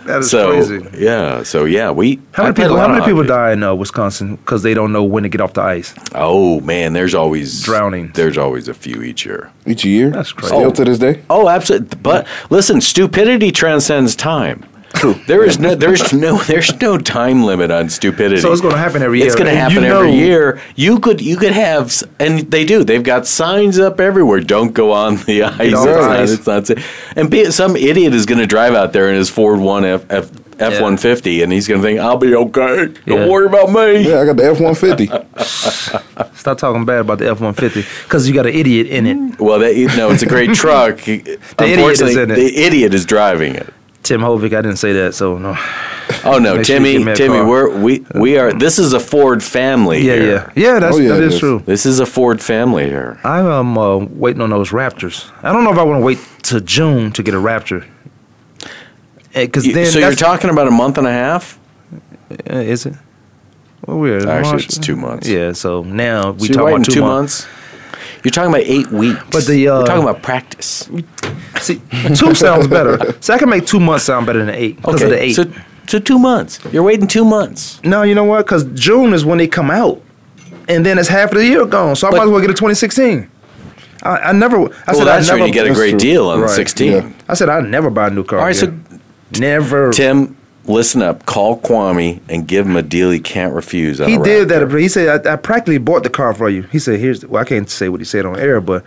Speaker 3: that is
Speaker 5: so
Speaker 3: crazy.
Speaker 5: yeah, so yeah, we
Speaker 3: How
Speaker 5: I played a
Speaker 3: many people?
Speaker 5: lot
Speaker 3: How
Speaker 5: of
Speaker 3: many people
Speaker 5: hockey.
Speaker 3: die in uh, Wisconsin because they don't know when to get off the ice?
Speaker 5: Oh man, there's always
Speaker 3: Drowning.
Speaker 5: There's always a few each year.
Speaker 4: each year,
Speaker 3: That's crazy.
Speaker 4: Still to this day,
Speaker 5: Oh, absolutely. But listen, stupidity transcends time. There is no, there's no, there's no time limit on stupidity.
Speaker 3: So it's gonna happen every
Speaker 5: It's
Speaker 3: year.
Speaker 5: going to
Speaker 3: And
Speaker 5: happen
Speaker 3: you
Speaker 5: every
Speaker 3: know-
Speaker 5: year. You could, you could have, s- and they do. They've got signs up everywhere. Don't go on the ice. It's
Speaker 3: off the
Speaker 5: not,
Speaker 3: ice.
Speaker 5: it's not safe. And be, some idiot is going to drive out there in his Ford One F F F one fifty, and he's going to think, "I'll be okay. Don't
Speaker 3: Yeah.
Speaker 5: worry about me."
Speaker 4: yeah, I got the F one fifty.
Speaker 3: Uh, Stop talking bad about the F one fifty because you got an idiot in it.
Speaker 5: Well, that, no, it's a great truck. the
Speaker 3: is in it.
Speaker 5: the idiot is driving it.
Speaker 3: Tim Hovick, I didn't say that, so no.
Speaker 5: Oh no,
Speaker 3: Make sure you
Speaker 5: Timmy,
Speaker 3: give me a
Speaker 5: Timmy,
Speaker 3: call.
Speaker 5: we're we we are. This is a Ford family
Speaker 3: Yeah,
Speaker 5: here.
Speaker 3: yeah, yeah. That's
Speaker 4: Oh, yeah,
Speaker 3: that
Speaker 4: it
Speaker 3: is
Speaker 4: is.
Speaker 3: true.
Speaker 5: This is a Ford family here.
Speaker 3: I'm um, uh, waiting on those Raptors. I don't know if I want to wait till June to get a Raptor. Because
Speaker 5: You-
Speaker 3: Eh, then,
Speaker 5: so you're
Speaker 3: that's-
Speaker 5: talking about a month and a half?
Speaker 3: uh, is it? Well, we're in
Speaker 5: Actually,
Speaker 3: March.
Speaker 5: it's two months.
Speaker 3: Yeah, so now we
Speaker 5: so you're
Speaker 3: talk
Speaker 5: waiting
Speaker 3: about two, months.
Speaker 5: You're talking about eight weeks.
Speaker 3: But the,
Speaker 5: we're
Speaker 3: uh,
Speaker 5: talking about practice.
Speaker 3: See, two sounds better. So I can make two months sound better than eight because
Speaker 5: Okay,
Speaker 3: of the eight.
Speaker 5: so so two months. You're waiting two months.
Speaker 3: no, you know what? Because June is when they come out, and then it's half of the year gone. So I
Speaker 5: But-
Speaker 3: might as well get a 2016. I, I never. I
Speaker 5: well,
Speaker 3: said
Speaker 5: that's
Speaker 3: I
Speaker 5: when
Speaker 3: never.
Speaker 5: you get a
Speaker 4: that's
Speaker 5: great
Speaker 4: true.
Speaker 5: deal on the
Speaker 4: Right,
Speaker 5: 16.
Speaker 4: yeah.
Speaker 3: I said I never buy a new car.
Speaker 5: All right,
Speaker 3: yeah.
Speaker 5: so
Speaker 3: never.
Speaker 5: Tim, listen up. Call Kwame and give him a deal he can't refuse. On
Speaker 3: He
Speaker 5: a
Speaker 3: did
Speaker 5: Raptor.
Speaker 3: that. But he said, I, I practically bought the car for you. He said, here's, well, I can't say what he said on air, but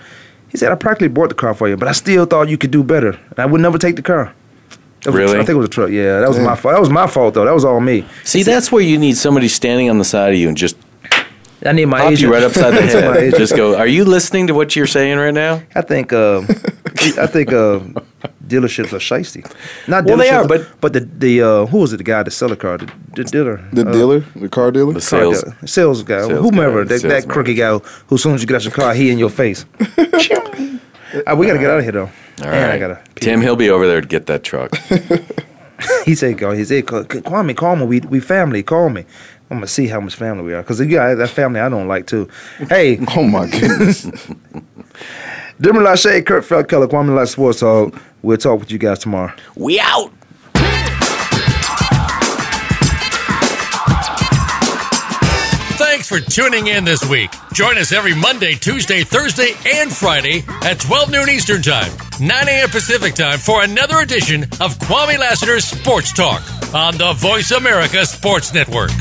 Speaker 3: he said, I practically bought the car for you, but I still thought you could do better. And I would never take the car. That was a
Speaker 5: Really?
Speaker 3: tru- I think it was a truck. Yeah, that was my fault. That was my fault, though. That was all me.
Speaker 5: See, that's where you need somebody standing on the side of you and just
Speaker 3: I need my
Speaker 5: pop
Speaker 3: agent.
Speaker 5: you right upside the
Speaker 3: That's my
Speaker 5: head.
Speaker 3: agent.
Speaker 5: Just go. Are you listening to what you're saying right now?
Speaker 3: I think, uh, I think uh, dealerships are shisty. Not dealerships,
Speaker 5: Well, they are, but-
Speaker 3: but the the uh, who was it? The guy that sell the car, the, the dealer,
Speaker 4: The
Speaker 3: uh,
Speaker 4: dealer, the car dealer.
Speaker 5: The
Speaker 3: car
Speaker 5: sales.
Speaker 3: dealer, sales guy,
Speaker 5: sales
Speaker 3: whomever
Speaker 5: guy,
Speaker 3: that, that
Speaker 5: salesman.
Speaker 3: crooked guy who, as soon as you get out your car, he in your face. Ah, we gotta get out of here though.
Speaker 5: All
Speaker 3: Man,
Speaker 5: right.
Speaker 3: I gotta. pee.
Speaker 5: Tim, he'll be over there to get that truck.
Speaker 3: He said, "Go." He said, "Call- "Call me, call me. We we family. Call me. I'm gonna see how much family we are. Cause yeah, that family I don't like too. Hey,
Speaker 4: Oh my goodness!
Speaker 3: Dimmer Lachey, Kurt Feldkeller, Kwame Lash Sports Talk. We'll talk with you guys tomorrow.
Speaker 5: we out.
Speaker 9: Thanks for tuning in this week. Join us every Monday, Tuesday, Thursday, and Friday at 12 noon Eastern Time, 9 a.m. Pacific Time for another edition of Kwame Lassiter's Sports Talk on the Voice America Sports Network.